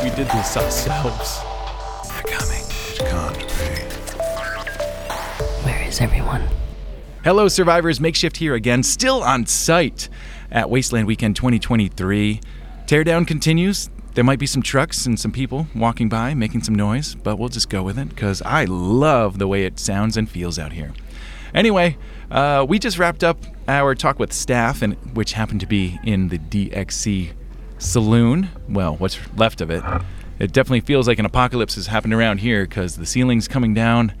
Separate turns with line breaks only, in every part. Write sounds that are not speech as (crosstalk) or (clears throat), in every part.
did this ourselves.
They're coming. It can't be.
Where is everyone?
Hello, survivors. Makeshift here again, still on site at Wasteland Weekend 2023. Teardown continues. There might be some trucks and some people walking by making some noise, but we'll just go with it because I love the way it sounds and feels out here. Anyway, uh, we just wrapped up our talk with staff, and which happened to be in the DXC saloon. Well, what's left of it. It definitely feels like an apocalypse has happened around here because the ceiling's coming down.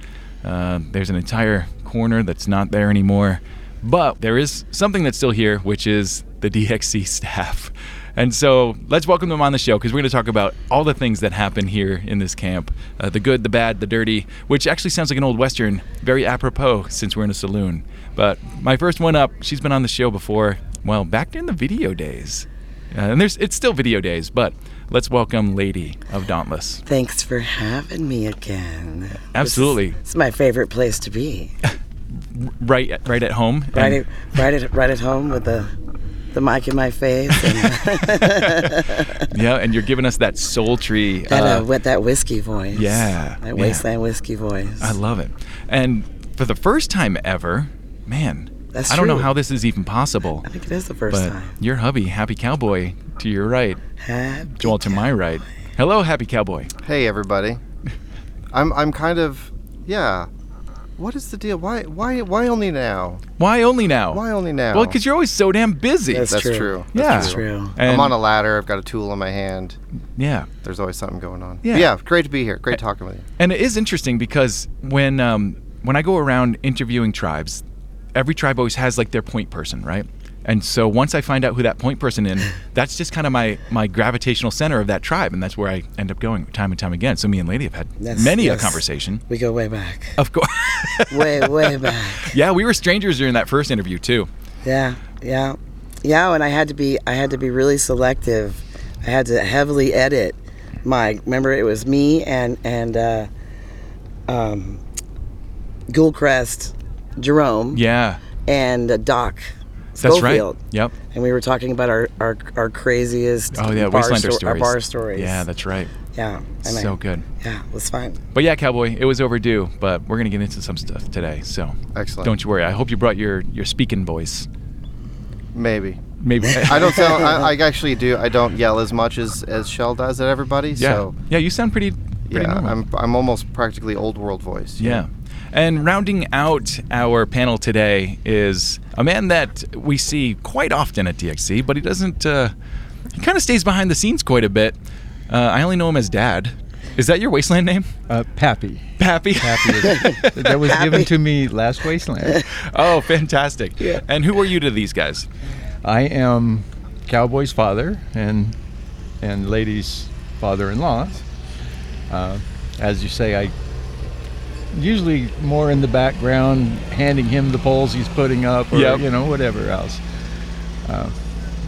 Uh, there's an entire corner that's not there anymore. But there is something that's still here, which is the DXC (laughs) staff. And so let's welcome them on the show because we're going to talk about all the things that happen here in this camp uh, the good, the bad, the dirty, which actually sounds like an old Western, very apropos since we're in a saloon. But my first one up, she's been on the show before, well, back in the video days. Uh, and there's it's still video days, but let's welcome Lady of Dauntless.
Thanks for having me again. This is-
Absolutely.
It's my favorite place
(laughs)
to be.
Right at, right at home. and-
Right at, right at, right at home with the, the mic in my face and
(laughs)
(laughs)
yeah, and you're giving us that sultry
that,
uh,
uh, with that whiskey voice.
yeah, yeah.
That wasteland whiskey voice.
I love it. And for the first time ever, man,
That's
I don't know
true.
how this is even possible.
I think it is the first
But
time.
your hubby, Happy Cowboy, to your right,
Happy
well, to my right. Hello, Happy Cowboy.
Hey everybody. I'm I'm kind of yeah. What is the deal? Why why why only now?
Why only now?
Why only now?
Well, because you're always so damn busy.
That's
That's
true.
true.
yeah,
That's true.
True.
And-
I'm on a ladder. I've got a tool in my hand.
yeah.
There's always something going on.
Yeah.
But yeah, great to be here. Great talking with you.
And it is interesting because when um, when I go around interviewing tribes, every tribe always has like their point person, right? And so once I find out who that point person
(laughs)
is, that's just kind of my my gravitational center of that tribe, and that's where I end up going time and time again. So me and Lady have had
Yes,
many a
yes.
conversation.
We go way back.
Of course,
Way, way (laughs)
(laughs)
back.
yeah, we were strangers during that first interview too.
Yeah, yeah. Yeah, and I had to be I had to be really selective. I had to heavily edit my remember it was me and and uh um Ghoulcrest, Jerome.
Yeah,
and uh, Doc
that's
Schofield.
right. Yep.
And we were talking about our, our, our craziest
Oh yeah,
bar
Wastelander
sto-
stories.
Our bar stories.
Yeah, that's right.
yeah. And
so
I,
good.
Yeah, it was fun.
But yeah, cowboy, it was overdue. But we're gonna get into some stuff today, so
Excellent.
don't you worry. I hope you brought your your speaking voice.
Maybe.
Maybe
(laughs) I don't sound I, I actually do I don't yell as much as as Shell does at everybody.
Yeah,
So
yeah, you sound pretty. pretty
yeah,
normal.
I'm I'm almost practically old world voice.
Yeah. And rounding out our panel today is a man that we see quite often at DXC, but he doesn't. Uh, he kind of stays behind the scenes quite a bit. Uh, I only know him as Dad. Is that your wasteland name,
Uh, Pappy.
Pappy?
Pappy is, that was
Pappy.
given to me last Wasteland.
(laughs) oh, fantastic!
Yeah.
And who are you to these guys?
I am Cowboy's father and and Lady's father-in-law. Uh, as you say, I usually more in the background, handing him the poles he's putting up, or
Yep.
you know whatever else. Uh,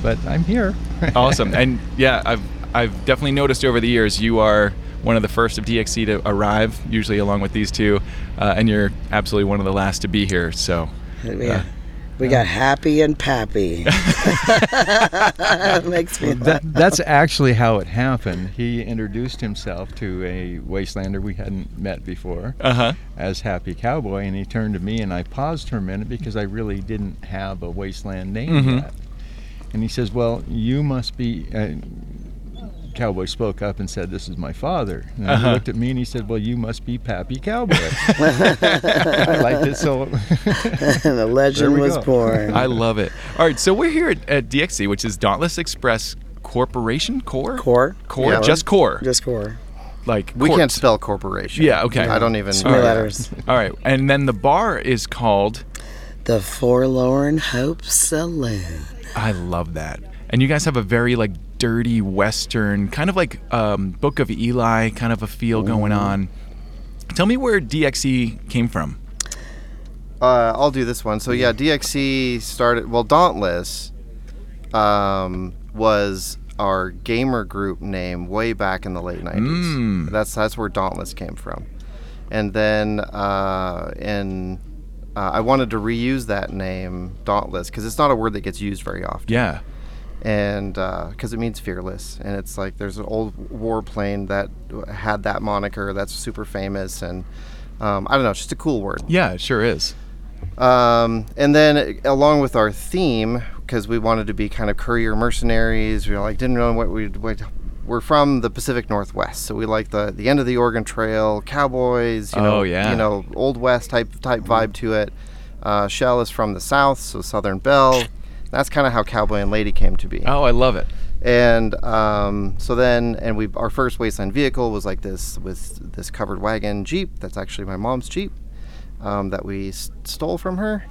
but I'm here. (laughs)
Awesome. And yeah, I've I've definitely noticed over the years you are one of the first of DXC to arrive, usually along with these two, uh, and you're absolutely one of the last to be here. So
We, we got happy
(laughs)
and pappy. (laughs) Makes me laugh.
that, that's actually how it happened. He introduced himself to a Wastelander we hadn't met before
Uh-huh.
as Happy Cowboy, and he turned to me, and I paused for a minute because I really didn't have a Wasteland name yet. And he says, Well, you must be. Uh, Cowboy spoke up and said, This is my father. And he looked at me and he said, Well, you must be Pappy Cowboy.
(laughs)
I liked it so.
and (laughs) the legend
we
was
(laughs)
go.
born.
I love it. All right, so we're here at, at DXC, which is Dauntless Express Corporation Core.
core.
Core.
Yeah.
Just core.
Just core.
like
We
cort.
can't spell corporation.
Yeah, okay.
I don't even
Three
All right. (laughs)
letters.
All right, and then the bar is called.
The Forlorn Hope Saloon.
I love that. And you guys have a very like dirty Western, kind of like um, Book of Eli, kind of a feel going
Mm-hmm.
on. Tell me where DXC came from.
Uh, I'll do this one. So yeah, DXC started. Well, Dauntless um, was our gamer group name way back in the late '90s. That's that's where Dauntless came from. And then uh, in uh, I wanted to reuse that name Dauntless because it's not a word that gets used very often.
Yeah.
and because it means fearless, and it's like there's an old warplane that had that moniker that's super famous, and um, I don't know, it's just a cool word.
Yeah, it sure is.
Um, and then uh, along with our theme, because we wanted to be kind of courier mercenaries, we like didn't know what we would we're from the Pacific Northwest, so we like the the end of the Oregon Trail, cowboys, you know,
Oh, yeah.
you know, old west type type vibe to it. Uh, Shell is from the South, so Southern Belle. That's kind of how Cowboy and Lady came to be.
Oh, I love it.
And um, so then, and we our first wasteland vehicle was like this with this covered wagon Jeep. That's actually my mom's Jeep um, that we s- stole from her.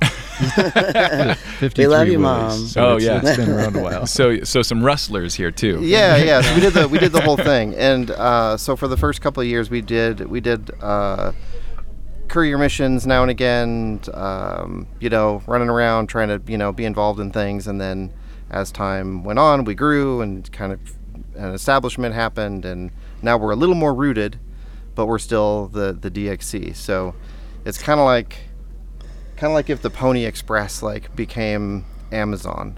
53
love you,
wheels,
Mom.
so
Oh,
it's-
yeah.
it's been around a while.
So, so some rustlers here too.
Yeah, yeah. So we did the we did the whole thing, and uh, so for the first couple of years, we did we did uh, courier missions now and again. Um, you know, running around trying to you know be involved in things, and then as time went on, we grew and kind of an establishment happened, and now we're a little more rooted, but we're still the the DXC. So it's kind of like kind of like if the Pony Express like became Amazon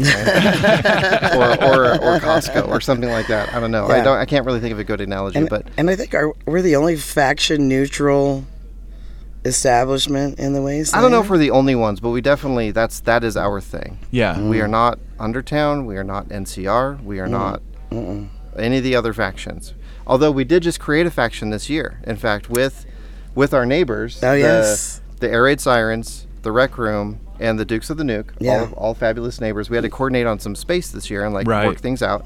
(laughs)
right? or, or or Costco or something like that. I don't know. I
Yeah.
don't. I can't really think of a good analogy,
And,
but
and I think our, we're the only faction neutral establishment in the wasteland.
I don't know if we're the only ones, but we definitely that's that is our thing.
Yeah.
Mm-hmm.
We are
Mm.
not Undertown. We are not NCR. We are not any of the other factions. Although we did just create a faction this year. In fact, with with our neighbors.
Oh,
the,
yes.
The Air Raid Sirens, the Rec Room, and the Dukes of the Nuke.
Yeah.
All, all fabulous neighbors. We had to coordinate on some space this year and like
Right.
work things out.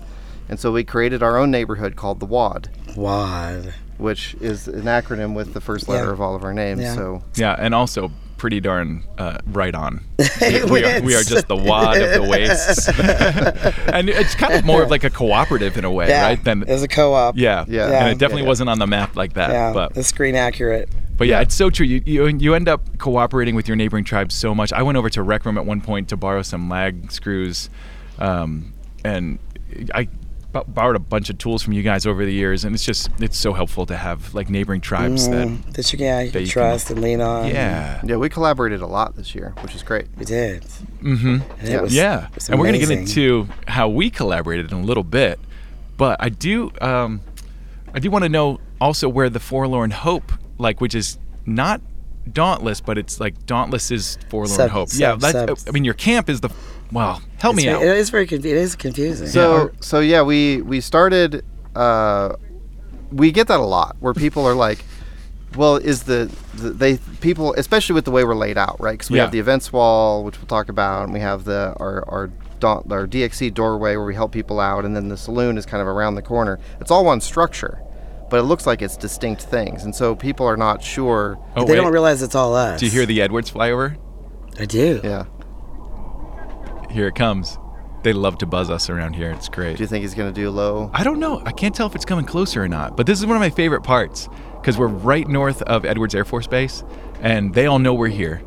And so we created our own neighborhood called the WAD,
Wad.
which is an acronym with the first letter
Yeah.
of all of our names.
Yeah.
So
Yeah, and also pretty darn uh, right
(laughs)
on. We, we are, we are just the wad of the wastes, and it's kind of more of like a cooperative in a way,
Yeah.
right? Than
as a co-op.
yeah,
Yeah.
And
Yeah.
it definitely
Yeah.
wasn't on the map like that.
Yeah.
but
the screen accurate.
But yeah, it's so true. You, you you end up cooperating with your neighboring tribe so much. I went over to Rec Room at one point to borrow some lag screws, um, and I b- borrowed a bunch of tools from you guys over the years. And it's just it's so helpful to have like neighboring tribes that
Mm, That you can, yeah, you
That
can
you can-
trust and lean on.
yeah
yeah, we collaborated a lot this year, which is great.
We did. Mm-hmm. And
Yeah.
it was,
yeah.
it was
And we're gonna get
amazing.
into how we collaborated in a little bit, but I do um, I do want to know also where the Forlorn Hope like which is not. Dauntless, but it's like Dauntless is Forlorn
Sub-
Hope.
sub-
yeah, that's,
sub-
I mean, your camp is the. Wow, help
It's
me
ve-
out.
It is very confu- it is confusing.
So so yeah, we we started. Uh, we get that a lot where people are like, "Well, is the, the they people especially with the way we're laid out, right? Because we
Yeah.
have the events wall, which we'll talk about, and we have the our our daunt, our DXC doorway where we help people out, and then the saloon is kind of around the corner. It's all one structure, but it looks like it's distinct things, and so people are not sure.
Oh,
they
wait.
don't realize it's all us.
Do you hear the Edwards flyover?
I do.
Yeah.
Here it comes. They love to buzz us around here. It's great.
Do you think he's gonna do low?
I don't know. I can't tell if it's coming closer or not, but this is one of my favorite parts because we're right north of Edwards Air Force Base and they all know we're here.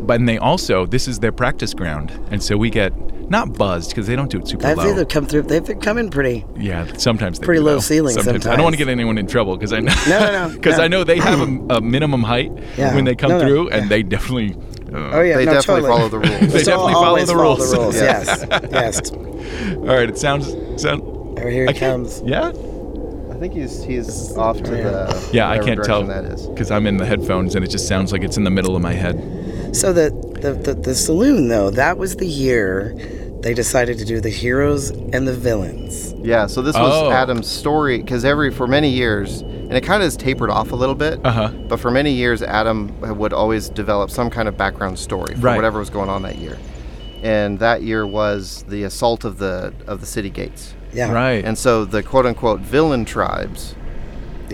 But and they also, this is their practice ground. And so we get not buzzed because they don't do it super
I've
low.
seen them come through. They've been coming pretty.
Yeah, sometimes they
Pretty
do,
low
though.
ceiling
I don't
sometimes.
want to get anyone in trouble because I know
No, no,
(laughs)
no,
because
no.
I know they have a, a minimum height
Yeah.
when they come
No, no,
through and they definitely uh,
Oh yeah,
They
no,
definitely
totally.
follow the rules.
They
So
definitely follow
always
the rules.
Follow the rules.
Yeah.
Yes, yes.
all right it sounds sound
Over here
I
it
can't-
comes.
yeah
I think he's he's off to the
Yeah, I
whatever
can't tell
direction That is.
because I'm in the headphones and it just sounds like it's in the middle of my head.
So the, the the the saloon though, that was the year they decided to do the heroes and the villains.
Yeah, so this was
Oh.
Adam's story because every for many years, and it kind of has tapered off a little bit.
Uh-huh.
But for many years, Adam would always develop some kind of background story for
Right.
whatever was going on that year, and that year was the assault of the of the city gates,
Yeah.
Right.
and so the quote unquote villain tribes,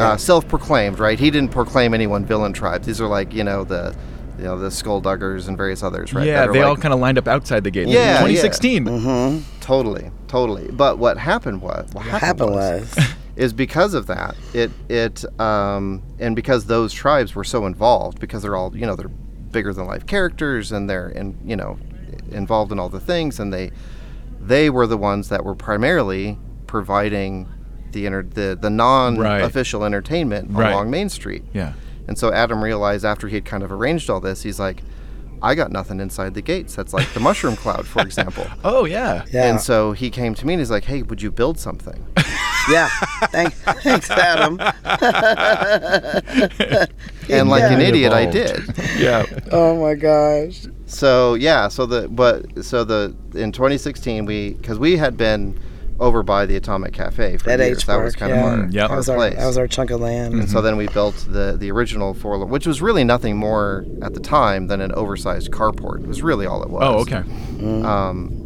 uh, self-proclaimed, right? He didn't proclaim anyone villain tribes. These are like you know the you know the skulldugger and various others, right?
yeah,
that are
they all
like-
kind of lined up outside the gate.
Yeah, Mm-hmm. yeah.
2016.
Totally, totally. But what happened was what
What happened
(laughs)
was
is because of that. It it um, and because those tribes were so involved because they're all you know they're bigger than life characters and they're in you know involved in all the things and they they were the ones that were primarily providing the inter- the the non official entertainment
Right.
along Main Street.
Yeah.
And so Adam realized after he had kind of arranged all this, he's like, I got nothing inside the gates. That's like the mushroom
(laughs)
cloud, for example.
Oh yeah.
Yeah.
And so he came to me and he's like, "Hey, would you build
(laughs)
something?"
(laughs) yeah. Thank, thanks, Adam.
And like an
Yeah.
idiot, I did.
Evolved. Yeah.
Oh my gosh.
So yeah, so the but so the in 2016 we because we had been over by the Atomic Cafe for
That
years.
H
that was
Park,
kind of
yeah.
our,
Mm, yep. Mm-hmm.
our
That was our
place.
that was our chunk of land.
And so then we built the the original forlorn, which was really nothing more at the time than an oversized carport. Was really all it was.
Oh okay.
Mm.
Um,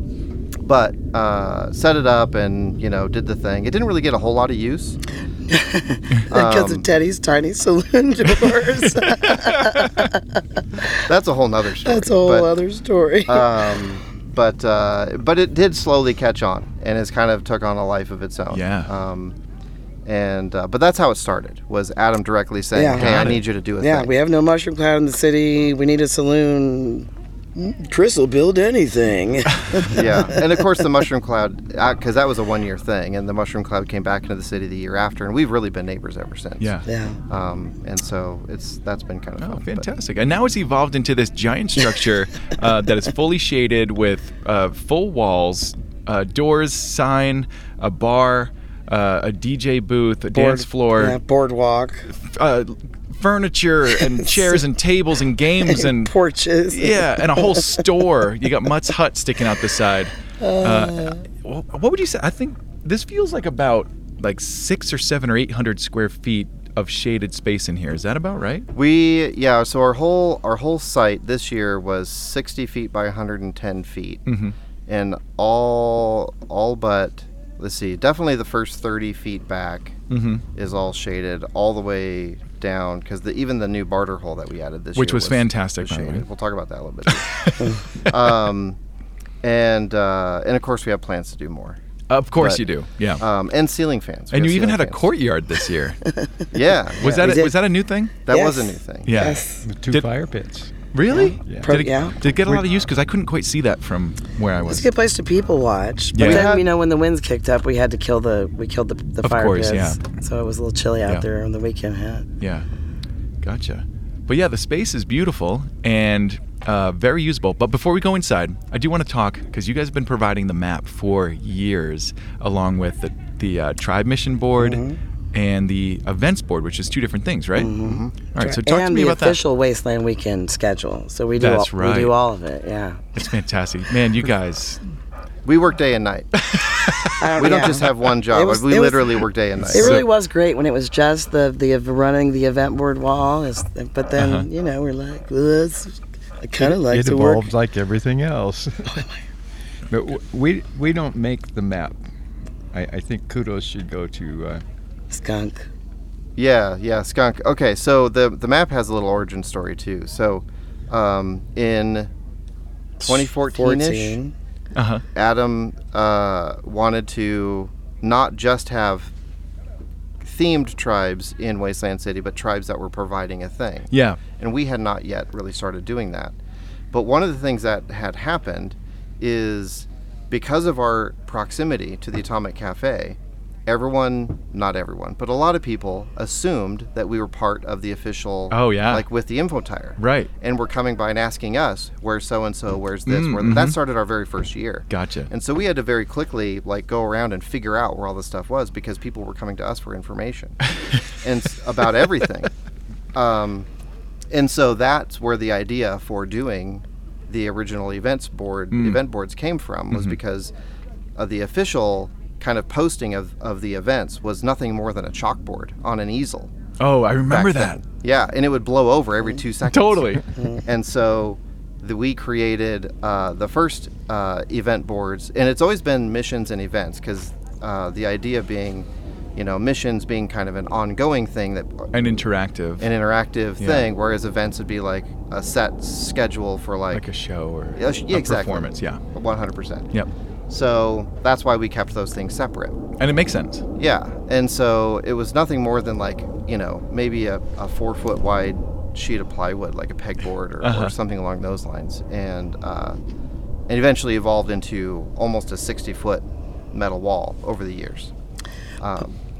but uh, set it up and you know did the thing. It didn't really get a whole lot of use.
because
Um,
of Teddy's tiny saloon (laughs) doors.
(laughs) That's a whole nother story.
That's a whole
but,
other story.
um, but uh, but it did slowly catch on, and it's kind of took on a life of its own.
Yeah.
Um, and uh, but that's how it started. Was Adam directly saying,
Yeah.
"Hey, I
Got it.
need you to do a
yeah,
thing."
we have no mushroom cloud in the city. We need a saloon. Chris will
(laughs)
build anything.
yeah, and of course the mushroom cloud, because that was a one-year thing, and the mushroom cloud came back into the city the year after, and we've really been neighbors ever since.
Yeah.
yeah.
Um, and so it's that's been kind of
Oh,
fun. but-
fantastic! And now it's evolved into this giant structure uh, that is fully shaded with uh, full walls, uh, doors, sign, a bar, uh, a DJ booth, a dance floor,
Yeah, boardwalk.
uh, furniture,
(laughs)
and chairs and tables and games and
porches.
yeah, and a whole store. You got Mutt's hut sticking out the side. Uh, wh- what would you say? I think this feels like about like six or seven or eight hundred square feet of shaded space in here. Is that about right?
We yeah, so our whole our whole site this year was 60 feet by 110 feet,
Mm-hmm.
and all all but let's see, definitely the first 30 feet back is all shaded all the way down because the, even the new barter hole that we added this
Which
year
was fantastic, by the way.
shaded. We'll talk about that a little bit. (laughs) too. um, and uh, and of course we have plans to do more.
Of course
But-
you do. Yeah.
Um, and ceiling fans. We
and
have
you even
ceiling
had a
fans.
courtyard this year.
Yeah,
Was that
yeah.
We
a,
did.
was that a new thing?
that was a
Yes.
new thing.
Yeah.
Yes.
With two
Did-
fire pits.
Really?
Yeah.
Pro-
Did, it,
yeah.
did it get a lot of use? Because I couldn't quite see that from where I
It's a
was.
good place to people watch.
Yeah.
But then you know when the winds kicked up, we had to kill the we killed the the
Of
fire
course,
pits.
yeah.
So it was a little chilly out
Yeah.
there on the weekend. Huh?
Yeah. Gotcha. But yeah, the space is beautiful and uh, very usable. But before we go inside, I do want to talk because you guys have been providing the map for years, along with the, the uh, tribe mission board and the events board, which is two different things, right? Mm-hmm. right. So talk
and
to me
the
about that.
official Wasteland Weekend schedule. So we do
That's
all,
right.
we do all of it. Yeah.
It's fantastic, man. You guys.
We work day and night.
I
We don't
yeah.
just have one job.
was-
we
it was-
literally work day and
(laughs)
night.
It really was great when it was just the the running the event board wall. Is, but then you know we're like, well, that's, I kind of (laughs) like
Uh-huh. it
to work.
evolved like everything (laughs) else. but w- we we don't make the map. I, I think kudos should go to uh,
Skunk.
yeah, yeah, skunk. Okay, so the the map has a little origin story too. So, um, in 2014ish,
Fourteen.
Uh huh.
Adam uh, wanted to not just have themed tribes in Wasteland City, but tribes that were providing a thing.
Yeah.
and we had not yet really started doing that. But one of the things that had happened is because of our proximity to the Atomic Cafe, everyone, not everyone, but a lot of people assumed that we were part of the official,
Oh, yeah.
like with the info tire.
Right.
And were coming by and asking us, where's so and so, where's this,
Mm,
where
mm-hmm.
that started our very first year.
Gotcha.
And so we had to very quickly like go around and figure out where all this stuff was because people were coming to us for
(laughs)
information and s- about everything. Um, and so that's where the idea for doing the original events board
Mm.
event boards came from
Mm-hmm.
was because uh, the official kind of posting of, of the events was nothing more than a chalkboard on an easel.
Oh, I
back
remember that. Mm.
then. Yeah, and it would blow over every two seconds.
Totally.
Mm-hmm. And so the, we created uh, the first uh, event boards, and it's always been missions and events because uh, the idea being, you know, missions being kind of an ongoing thing that
and interactive.
an interactive thing, whereas events would be like a set schedule for like,
like a show or
Yeah, sh- yeah,
a
exactly.
performance. Yeah.
100%.
Yep.
So that's why we kept those things separate.
And it makes sense.
Yeah, and so it was nothing more than like you know maybe a, a four foot wide sheet of plywood, like a pegboard or, or something along those lines, and uh, and eventually evolved into almost a sixty foot metal wall over the years.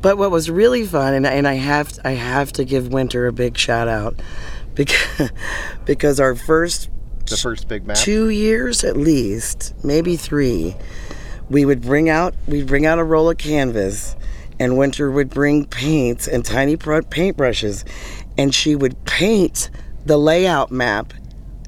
But what was really fun, and, and I have I (laughs) have to give Winter a big shout out, because because our first
the first big map.
two years at least, maybe three, we would bring out we'd bring out a roll of canvas, and Winter would bring paints and tiny pr- paintbrushes, and she would paint the layout map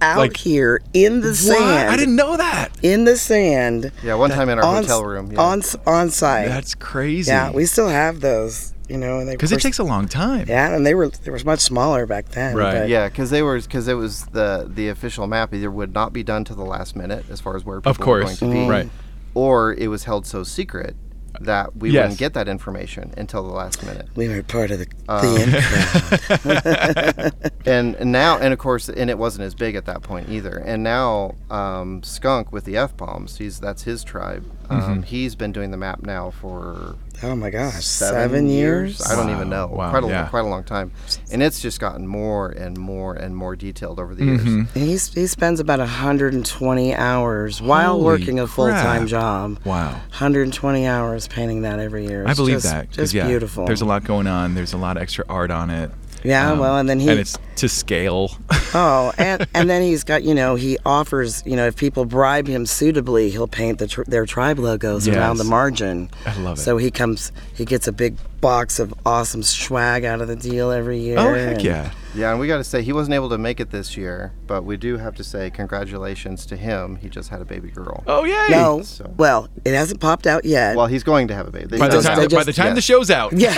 out
Like-
here in the
What?
sand.
I didn't know that.
in the sand
Yeah, one time in our
on
hotel
s-
room. Yeah.
on s- on site.
That's crazy.
yeah, we still have those, you know, and they
because it
were-
takes a long time.
yeah, and they were they were much smaller back then.
Right.
but-
Yeah, because they were because it was the the official map either would not be done to the last minute as far as where people
Of course.
were going to be,
Right.
Or it was held so secret that we
Yes.
wouldn't get that information until the last minute.
We were part of the,
Uh, (laughs)
the intro.
And and now and of course and it wasn't as big at that point either. And now um, Skunk with the F bombs, he's that's his tribe. Um,
Mm-hmm.
He's been doing the map now for
Oh my gosh,
seven,
seven, years?
I don't
Wow,
even know.
wow,
quite a
yeah.
quite a long time, and it's just gotten more and more and more detailed over the years.
Mm-hmm.
And he's, he spends about 120 hours while
Holy
working a full time
crap.
job.
Wow.
120 hours painting that every year.
I
It's
believe
just,
that. 'cause,
Just
yeah,
beautiful.
There's a lot going on. There's a lot of extra art on it.
Yeah,
Um,
well, and then he.
and it's to scale.
(laughs)
(laughs)
oh, and, and then he's got, you know, he offers, you know, if people bribe him suitably, he'll paint the tr- their tribe logos around
Yes.
the margin.
I love it.
So he comes, he gets a big box of awesome swag out of the deal every year.
oh heck
and-
yeah!
Yeah, and we got to say he wasn't able to make it this year, but we do have to say congratulations to him. He just had a baby girl.
Oh yay!
No,
So-
well, it hasn't popped out yet.
Well, he's going to have a baby. They
By the
don't
time,
know.
they
by the time
yeah.
the show's out,
(laughs) yeah.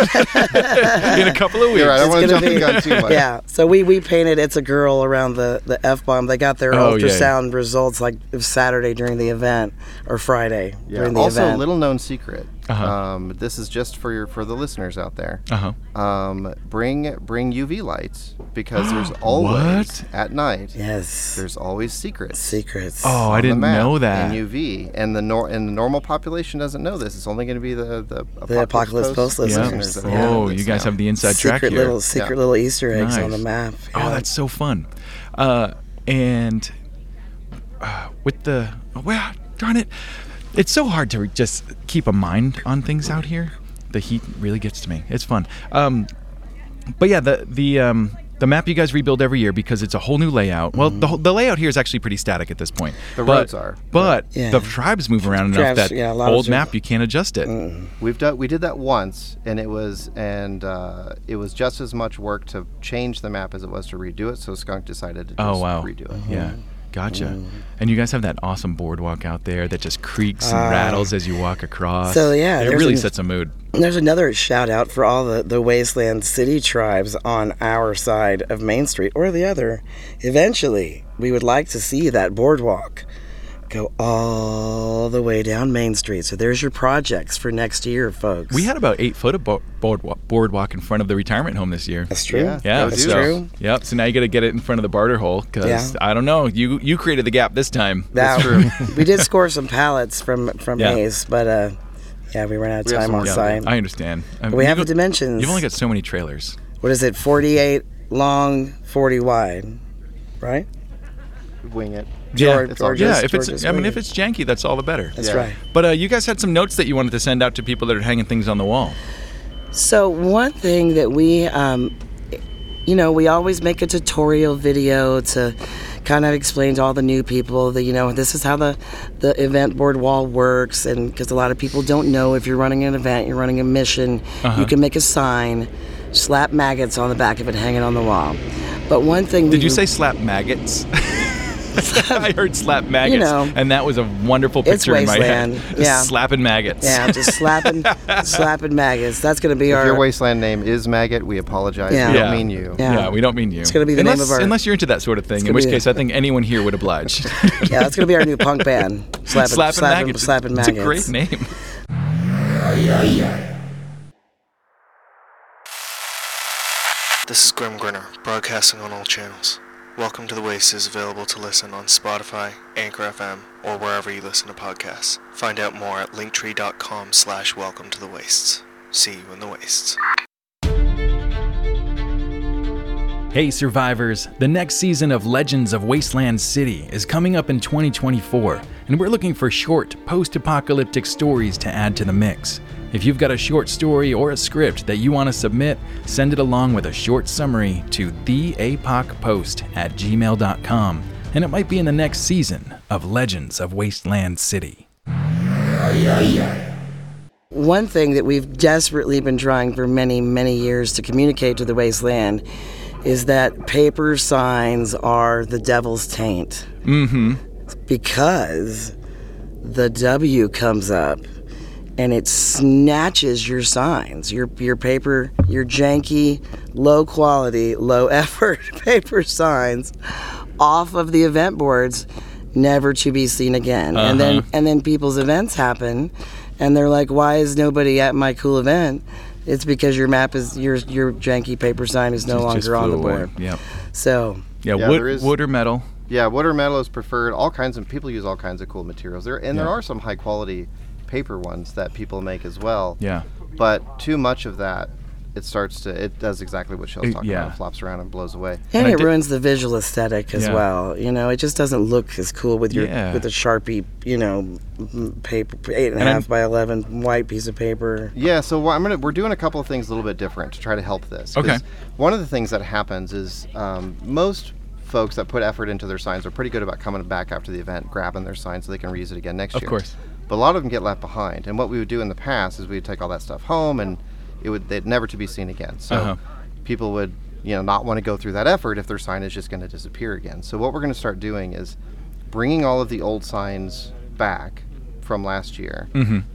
in a couple of weeks.
You're right, I don't
It's
want to
gonna
jump
be-
the gun too much.
Yeah. So we we painted "It's a Girl" around the the f bomb. They got their
Oh, yeah.
ultrasound results like Saturday during the event or Friday
Yeah.
during the
Also,
event.
little known secret.
Uh-huh.
Um, this is just for your for the listeners out there.
Uh huh.
Um, bring bring UV lights
(gasps)
because there's always at night.
yes.
There's always secrets.
Secrets.
Oh, I
on the
didn't
map
know that.
in UV, and the nor- and the normal population doesn't know this. It's only going to be the the,
The Apocalypse Post
yeah.
listeners
that
Yeah.
Oh,
know
you
this
guys
now.
have the inside track
secret
here.
little secret
Yeah.
little Easter eggs on the
Nice.
map.
Oh,
Yeah.
that's so fun. Uh, and uh, with the oh, well, darn it, it's so hard to just keep a mind on things out here. The heat really gets to me. It's fun. Um, but yeah, the the um, the map you guys rebuild every year because it's a whole new layout. Well, the, whole- the layout here is actually pretty static at this point.
Mm-hmm. The
But-
roads are.
But
Yeah.
the tribes move around enough
Tribes,
that
Mm-hmm. yeah, a lot of
old
them-
map you can't adjust it.
We've done we did that once, and it was and uh, it was just as much work to change the map as it was to redo it. So Skunk decided to just
Oh wow.
redo it.
Mm-hmm.
Yeah. Gotcha.
Mm.
And you guys have that awesome boardwalk out there that just creaks and rattles as you walk across.
Ah. So, yeah,
And it
there's
really
an-
sets a mood.
And There's another shout out for all the, the wasteland city tribes on our side of Main Street or the other. Eventually, we would like to see that boardwalk go all the way down Main Street. So there's your projects for next year, folks.
We had about eight foot of bo- boardwalk, boardwalk in front of the retirement home this year.
That's true.
Yeah.
Yeah,
Go
that's
so,
dudes.
true.
Yep. So now you got to get it in front of the barter hole because
Yeah.
I don't know. You you created the gap this time.
That's true. (laughs) we did score some pallets from from
Yeah.
Hayes, but uh, yeah, we ran out of
have
time
some
on
work
Yeah,
site.
I understand. I mean,
We have
you
the dimensions.
You've only got so many trailers.
what is it? 48 long, 40 wide, right?
Wing it.
Yeah,
George-
It's all
George's-
yeah. If
George's
it's, I mean,
way.
if it's janky, that's all the better.
that's
Yeah.
right.
But uh, you guys had some notes that you wanted to send out to people that are hanging things on the wall.
So one thing that we, um, you know, we always make a tutorial video to kind of explain to all the new people that you know this is how the the event board wall works, and because a lot of people don't know if you're running an event, you're running a mission,
Uh-huh.
you can make a sign, slap maggots on the back of it, hang it on the wall. But one thing
Did you say slap maggots? (laughs) I heard slap maggots,
know.
and that was a wonderful picture in my head.
wasteland,
Just
yeah.
slapping maggots.
(laughs) Yeah, just
(laughs)
slapping, slapping maggots. That's going to be
If
our.
your wasteland name is Maggot, we apologize.
Yeah.
We don't
Yeah.
mean you.
Yeah.
Yeah. we don't mean you. It's
gonna be the name
unless,
of our-
Unless you're into that sort of thing, in
gonna
which
be-
case I think anyone here would
(laughs)
oblige.
Yeah, that's going to be our new punk band.
(laughs)
Slapping,
slapping,
slapping
maggots.
slapping
it's
maggots.
a great name.
This is Grim Grinner, broadcasting on all channels. Welcome to the Waste is available to listen on Spotify, Anchor FM, or wherever you listen to podcasts. Find out more at linktree.com slash welcome to the wastes. See you in the wastes.
Hey, survivors! The next season of Legends of Wasteland City is coming up in 2024, and we're looking for short, post apocalyptic stories to add to the mix. If you've got a short story or a script that you want to submit, send it along with a short summary to theapocpost at gmail.com. and it might be in the next season of Legends of Wasteland City.
One thing that we've desperately been trying for many, many years to communicate to the wasteland is that paper signs are the devil's taint. Mm-hmm. Because the W comes up and it snatches your signs, your your paper, your janky, low quality, low (laughs) effort paper signs off of the event boards, never to be seen again. And
Uh-huh.
then and then people's events happen, and they're like, "Why is nobody at my cool event?" It's because your map is your your janky paper sign is no
It
longer
just
on
flew
the
away.
board.
Yeah.
So
Yeah,
Yeah,
wood,
there is-
wood or metal.
Yeah, water metal is preferred. All kinds of people use all kinds of cool materials there, and there
Yeah.
are some high quality paper ones that people make as well.
Yeah.
But too much of that, it starts to it does exactly what Shell's
Uh,
talking
yeah.
about. It flops around and blows away.
and,
And I
it
did-
ruins the visual aesthetic as
Yeah.
well. You know, it just doesn't look as cool with your
Yeah.
with a sharpie. You know, m- paper eight and a half
And I'm-
by eleven white piece of paper.
Yeah, so wha- I'm gonna we're doing a couple of things a little bit different to try to help this. 'cause
Okay.
One of the things that happens is um, most folks that put effort into their signs are pretty good about coming back after the event, grabbing their sign so they can reuse it again next
Of
year.
course.
But a lot of them get left behind. And what we would do in the past is we would take all that stuff home and it would they'd never to be seen again. So
Uh-huh.
people would you know not want to go through that effort if their sign is just going to disappear again. So what we're going to start doing is bringing all of the old signs back from last year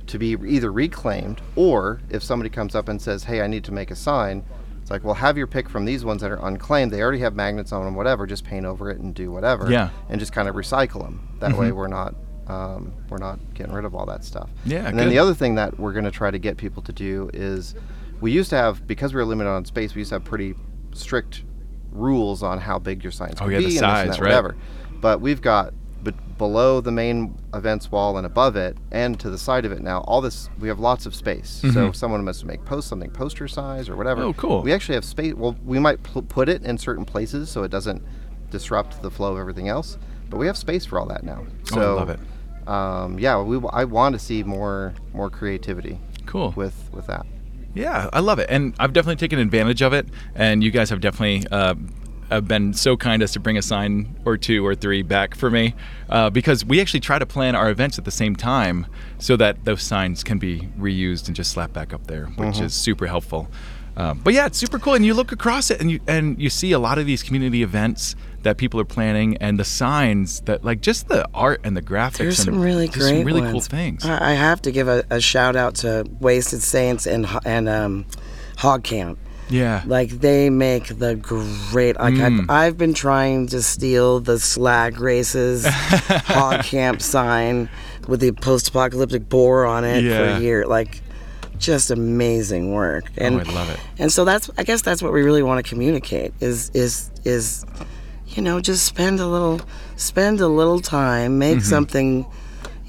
to be either reclaimed or if somebody comes up and says, "Hey, I need to make a sign." It's like, well, have your pick from these ones that are unclaimed. They already have magnets on them, whatever. Just paint over it and do whatever,
Yeah.
and just kind of recycle them. That way, we're not um, we're not getting rid of all that stuff.
Yeah,
And then the
good.
other thing that we're going to try to get people to do is we used to have, because we were limited on space, we used to have pretty strict rules on how big your signs
Oh,
could
yeah,
be
the
and this and
size,
that,
right.
whatever. But we've got but below the main events wall and above it and to the side of it now, all this, we have lots of space. So if someone wants to make post something poster size or whatever.
Mm-hmm. Oh, cool.
We actually have space. Well, we might pl- put it in certain places so it doesn't disrupt the flow of everything else. But we have space for all that now.
Oh, I
So
love it.
um, yeah, we, I want to see more more creativity
Cool.
with with that.
Yeah, I love it, and I've definitely taken advantage of it. And you guys have definitely uh, have been so kind as to bring a sign or two or three back for me, uh, because we actually try to plan our events at the same time so that those signs can be reused and just slapped back up there, which is super helpful. Um, but yeah, it's super cool, and you look across it, and you and you see a lot of these community events that people are planning, and the signs that like just the art and the graphics.
There's
and
some really
just
great,
some really cool
ones. Uh,
things.
I, I have to give a, a shout out to Wasted Saints and Ho- and um, Hog Camp.
yeah, Mm.
Like they make the great. Like I've, I've been trying to steal the
(laughs)
slag races hog camp sign with the post-apocalyptic boar on it
Yeah.
for a year. Like just amazing work. And
I love it.
And so that's I guess that's what we really want to communicate is is is you know just spend a little spend a little time make
Mm-hmm.
something.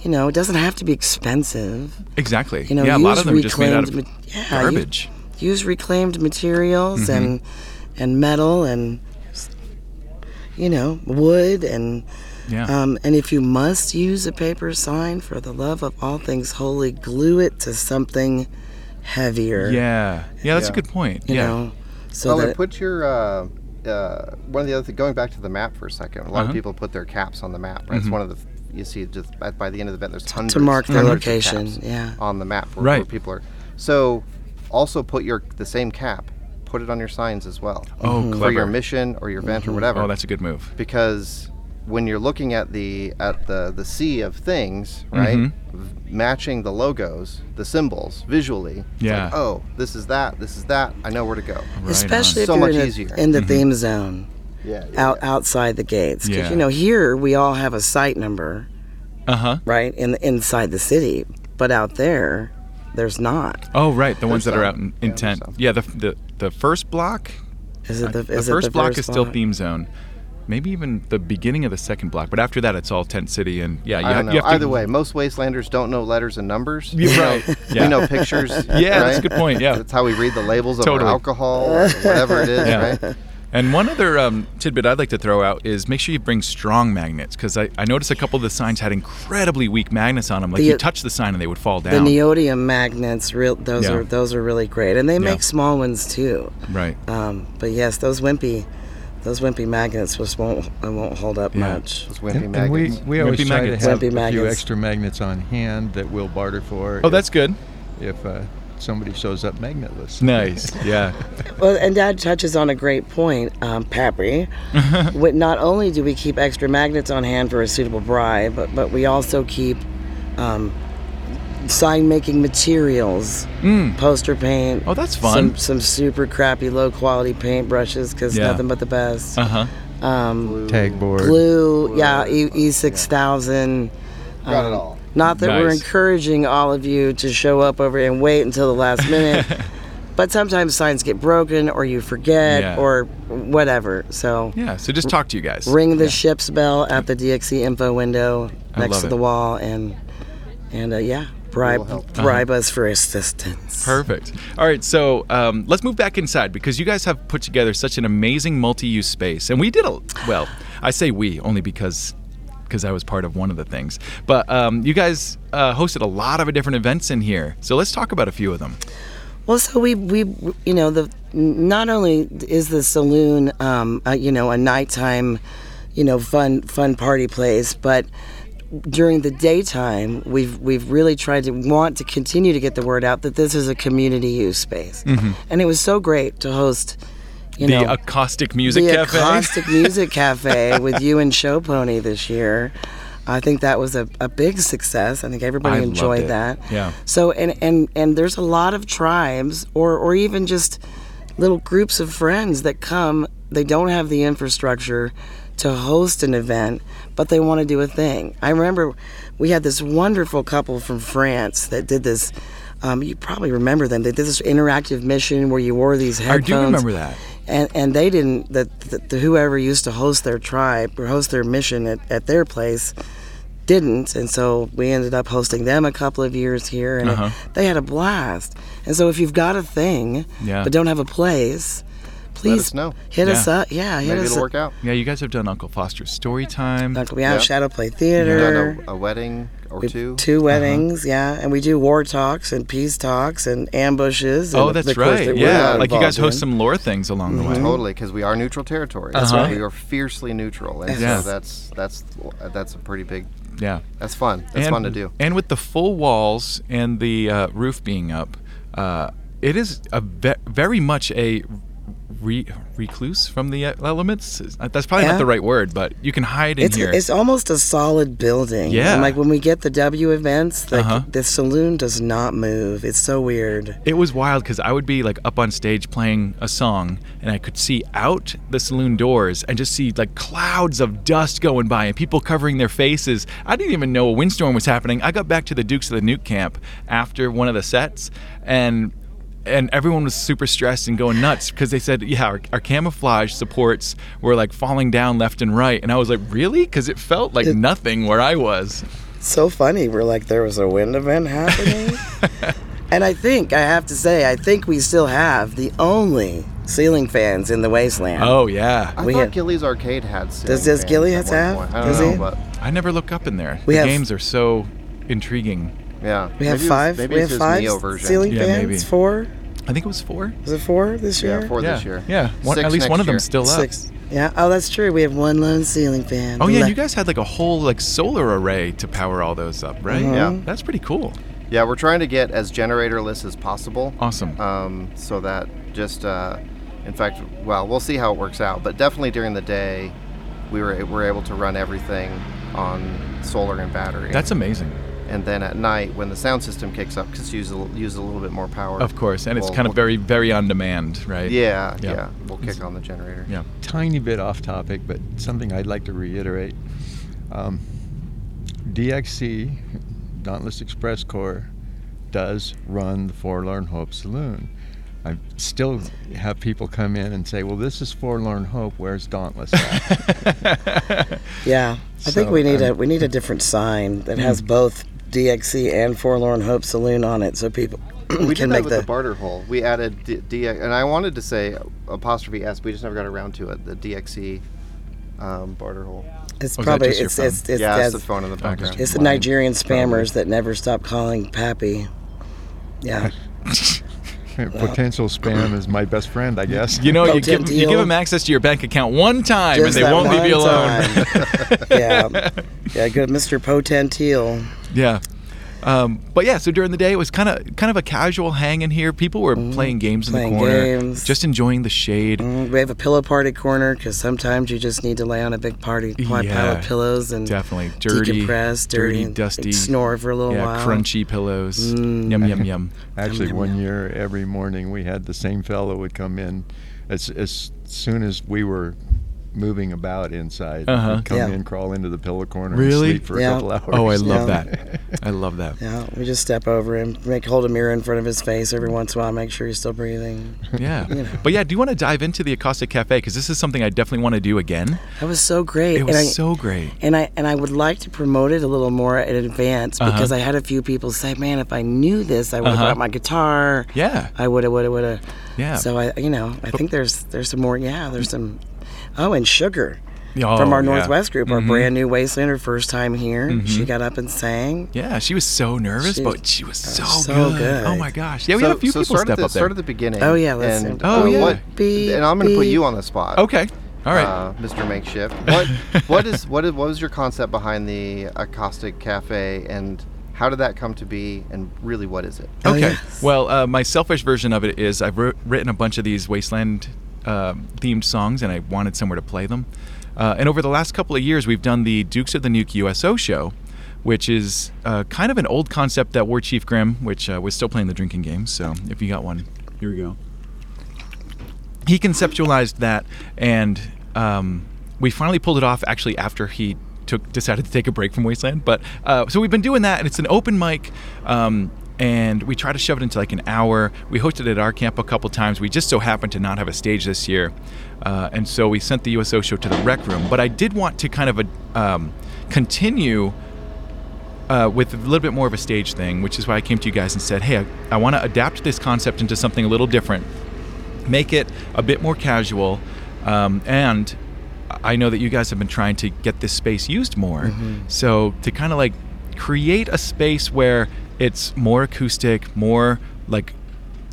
You know, it doesn't have to be expensive.
exactly.
You know,
yeah, a lot
use
of them just made out of
reclaimed ma- yeah, you-
garbage. Mm-hmm.
use reclaimed materials and and metal and you know wood and
Yeah.
um, and if you must use a paper sign for the love of all things holy glue it to something heavier
yeah. Yeah, that's a
Yeah.
good point.
you
yeah.
know so
Well,
that
Oh, and put your uh, uh, one of the other thing, going back to the map for a second. A lot
Uh-huh. Mm-hmm.
of people put their caps on the map. Right? It's one of the th- you see just by, by the end of the event. There's hundreds
to mark their
hundreds of
location
caps
yeah
on the map where, where
Right.
people are. So also put your the same cap. Put it on your signs as well.
Oh,
Mm-hmm.
for your
clever.
mission or your event or whatever.
Oh, that's a good move.
because when you're looking at the at the the sea of things, right?
Mm-hmm.
v- Matching the logos, the symbols visually. it's
Yeah.
Like, oh, this is that. This is that. I know where to go.
Right Mm-hmm.
especially if
So
you're
much
in, a-
easier.
in the theme zone
Yeah.
out outside the gates because
Yeah.
you know here we all have a site number
Uh huh.
right in the, inside the city but out there there's not
Oh, right. The ones that are out
some.
in,
Yeah,
in
there's
tent.
some.
Yeah, the, the the first block.
Is it the,
Uh, the
is it
first
the
block
first
is still
block?
theme zone. Maybe even the beginning of the second block, but after that it's all tent city and yeah, you,
I
ha-
don't
you
know.
have to
Either way, most wastelanders don't know letters and numbers.
You're right. Yeah.
We know pictures.
(laughs) (laughs) Yeah, that's a
right?
good point,
(laughs)
yeah.
that's how we read the labels of
Totally.
our alcohol, or whatever it is,
Yeah.
right?
And one other um, tidbit I'd like to throw out is make sure you bring strong magnets because I, I noticed a couple of the signs had incredibly weak magnets on them. Like
The-
uh,
you touch the sign and they would fall
The
down.
neodymium magnets, real those
Yeah.
are those are really great, and they
Yeah.
Uh,
make small ones too.
right.
Um, but yes, those wimpy, Those wimpy magnets just won't it won't hold up
Yeah.
much.
Those
And,
wimpy
and we,
maggots.
we always
Wimpy
try
maggots.
to have
Wimpy
a few
maggots.
extra magnets on hand that we'll barter for.
Oh,
if-
that's good.
if uh, somebody shows up magnetless.
(laughs)
Nice. Yeah.
Well, and Dad touches on a great point, um,
(laughs)
Pappy. With- not only do we keep extra magnets on hand for a suitable bribe, but, but we also keep um, sign-making materials, poster paint.
Hmm. Oh, that's fun.
Some, some super crappy, low-quality paint brushes because
Yeah.
nothing but the best.
Uh huh.
Um,
Tag board.
glue, yeah, E- E6000.
Got it all.
Not that we're
Nice.
encouraging all of you to show up over and wait until
(laughs)
the last minute, but sometimes signs get broken or you forget
Yeah.
or whatever. So
Yeah. So just talk to you guys.
ring the ship's bell at the DXC info window
I
next
love
to
it.
the wall and and uh, yeah, bribe
help.
bribe
Uh-huh.
us for assistance.
Perfect. All right, so um, let's move back inside because you guys have put together such an amazing multi-use space, and we did a well. I say we only because because I was part of one of the things, but um, you guys uh, hosted a lot of different events in here. So let's talk about a few of them.
Well, so we we you know the not only is the saloon um, uh, you know a nighttime you know fun fun party place, but during the daytime we've we've really tried to want to continue to get the word out that this is a community use space, and it was so great to host you
The
know
Acoustic Music
the
Cafe. (laughs)
acoustic music cafe with you and Show Pony this year. I think that was a, a big success. I think everybody
I loved
enjoyed
it.
that.
Yeah.
So and and and there's a lot of tribes or or even just little groups of friends that come. They don't have the infrastructure to host an event, but they want to do a thing. I remember we had this wonderful couple from France that did this. Um, you probably remember them. They did this interactive mission where you wore these
I
headphones
do remember that.
and and they didn't the, the, the whoever used to host their tribe or host their mission at, at their place didn't and so we ended up hosting them a couple of years here and
Uh-huh.
they had a blast and so if you've got a thing
Yeah.
but don't have a place please
us know.
hit us
Yeah.
up yeah hit
Maybe
us
it'll
up
work out.
Yeah, you guys have done Uncle Foster's story time.
Like, we have
Yeah.
shadow play
We've
theater
done a, a wedding or
We-
two. Uh-huh.
weddings, yeah, and we do war talks and peace talks and ambushes. And
Oh,
the
that's
course
right.
that we're
Yeah,
not
like you guys
involved
host
in.
some lore things along the
Mm-hmm.
way.
Totally, because we are neutral territory.
That's
So
Uh-huh.
right.
We are fiercely neutral, and
Yeah.
so that's that's that's a pretty big.
Mm-hmm.
Yeah.
That's fun. That's
and,
fun to do.
And with the full walls and the uh, roof being up, uh, it is a ve- very much a re- recluse from the uh, elements. Uh, That's probably not
Yeah.
the right word, but you can hide in
It's,
here.
it's almost a solid building.
Yeah.
And like when we get the W events, like
Uh-huh.
the saloon does not move. It's so weird.
it was wild because I would be like up on stage playing a song, and I could see out the saloon doors and just see like clouds of dust going by and people covering their faces. I didn't even know a windstorm was happening. I got back to the Dukes of the Nuke camp after one of the sets, and and everyone was super stressed and going nuts because they said, "Yeah, our, our camouflage supports were like falling down left and right," and I was like, "Really?" Because it felt like nothing where I was.
It's so funny. We're like, there was a wind
(laughs)
event happening. and I think, I have to say, I think we still have the only ceiling fans in the wasteland.
Oh yeah,
I
We
thought
had-
Gillies Arcade had. ceiling
Does- does
fans
Gillies
at one
have?
point. I don't
Does
know,
he?
but
I never look up in there.
We
the
have-
games are so intriguing.
yeah.
we have
Maybe it was-
five.
Maybe
we have
it's his
five
Neo version.
ceiling
Yeah,
fans.
maybe.
Four.
I think it was four.
Was it four this year?
Yeah, four
yeah.
this year.
Yeah, one, at
Six
least one
next
of them's
year.
still up.
Six. Yeah. Oh, that's true. We have one lone ceiling fan.
Oh
The
yeah,
le-
and you guys had like a whole like solar array to power all those up, right?
Yeah.
that's pretty cool.
Yeah, we're trying to get as generatorless as possible.
Awesome.
um, so that just uh, in fact well we'll see how it works out but definitely during the day we were, we're able to run everything on solar and battery
That's amazing.
and then at night when the sound system kicks up because use a, l- use a little bit more power
Of course, and it's
we'll-
kind of
we'll-
very very on demand, right?
yeah
Yeah.
yeah, we'll kick on the generator
Yeah.
Tiny bit off topic, but something I'd like to reiterate. Um, DXC, Dauntless Express Corps, does run the Forlorn Hope Saloon. I still have people come in and say, "Well, this is Forlorn Hope. Where's Dauntless?" at?"
Yeah, I think
So,
we need a
um,
we need a different sign that has
Hmm.
both DXC and Forlorn Hope Saloon on it, so people (clears throat)
we
can
did that
make
with
the,
the, barter hole. We added D, D- and I wanted to say apostrophe s, we just never got around to it. The DXE um, barter hole.
it's
Oh, is that
probably
just your
it's it's, it's
yeah,
that's-
it's the phone in the
just-
background.
it's
(laughs)
the Nigerian spammers that never stop calling Pappy. Yeah,
P- Potential spam is my best friend, I guess.
You know, you
Potent
give, you give
deal.
them access to your bank account one time
Just
and they
that
won't leave you
one
alone.
time. yeah. Yeah, good Mr. Potential.
(laughs) Yeah. Um, but yeah, so during the day it was kind of kind of a casual hang in here. People were playing games in
Mm-hmm. playing
the corner,
games.
just enjoying the shade.
Mm, We have a pillow party corner because sometimes you just need to lay on a big party pile
Yeah,
of pillows and (laughs)
Definitely dirty,
decompress, dirty, and
dusty,
snore for a little
yeah,
while. Mm.
crunchy pillows. Yum yum
(laughs)
yum.
Actually, one year every morning we had the same fellow would come in as, as soon as we were moving about inside.
Uh-huh.
He'd come
Yeah.
in, crawl into the pillow corner,
Really?
and sleep for
Yeah.
a couple hours.
Oh, I love
Yeah.
that. I love
(laughs)
that.
Yeah, we just step over him, make hold a mirror in front of his face every once in a while, make sure he's still breathing.
Yeah. But yeah, do you want to dive into the Acosta Cafe because this is something I definitely want to do again.
That was so great.
It was
and I,
so great.
and I and I would like to promote it a little more in advance
Uh-huh.
because I had a few people say, "Man, if I knew this, I would have brought my guitar."
Yeah.
I would have, would have, would have.
Uh-huh. Yeah.
So I, you know, I think there's there's some more. Yeah, there's some. Oh, and sugar.
Oh,
from our
yeah. Mm-hmm.
Northwest group, our brand new Wastelander, first time here. She got up and sang.
Yeah, she was so nervous,
She-
but she was so,
so
good.
good.
Oh my gosh. Yeah, we had a few
so
people
start
step
at the,
up there.
Start at the beginning.
Oh, yeah, let's-
and,
Oh,
uh,
yeah.
What,
Beep,
and I'm going to put
beep.
you on the spot.
okay. All right.
Uh, Mr. Makeshift. What what is what is what was your concept behind the Acoustic Cafe and how did that come to be and really what is it?
Okay.
yes.
Well, uh, my selfish version of it is I've wr- written a bunch of these wasteland um themed songs, and I wanted somewhere to play them. Uh, and over the last couple of years, we've done the Dukes of the Nuke USO show, which is uh, kind of an old concept that wore Chief Grimm, which uh, was still playing the drinking game. So if you got one, here we go. He conceptualized that, and um, we finally pulled it off. Actually, after he took decided to take a break from Wasteland, but uh, so we've been doing that, and it's an open mic. Um, and we try to shove it into like an hour. We hosted it at our camp a couple times. We just so happened to not have a stage this year, uh, and so we sent the USO show to the rec room. But I did want to kind of uh, um, continue uh, with a little bit more of a stage thing, which is why I came to you guys and said, hey, I, I want to adapt this concept into something a little different, make it a bit more casual. Um, and I know that you guys have been trying to get this space used more. So to kind of like create a space where it's more acoustic, more like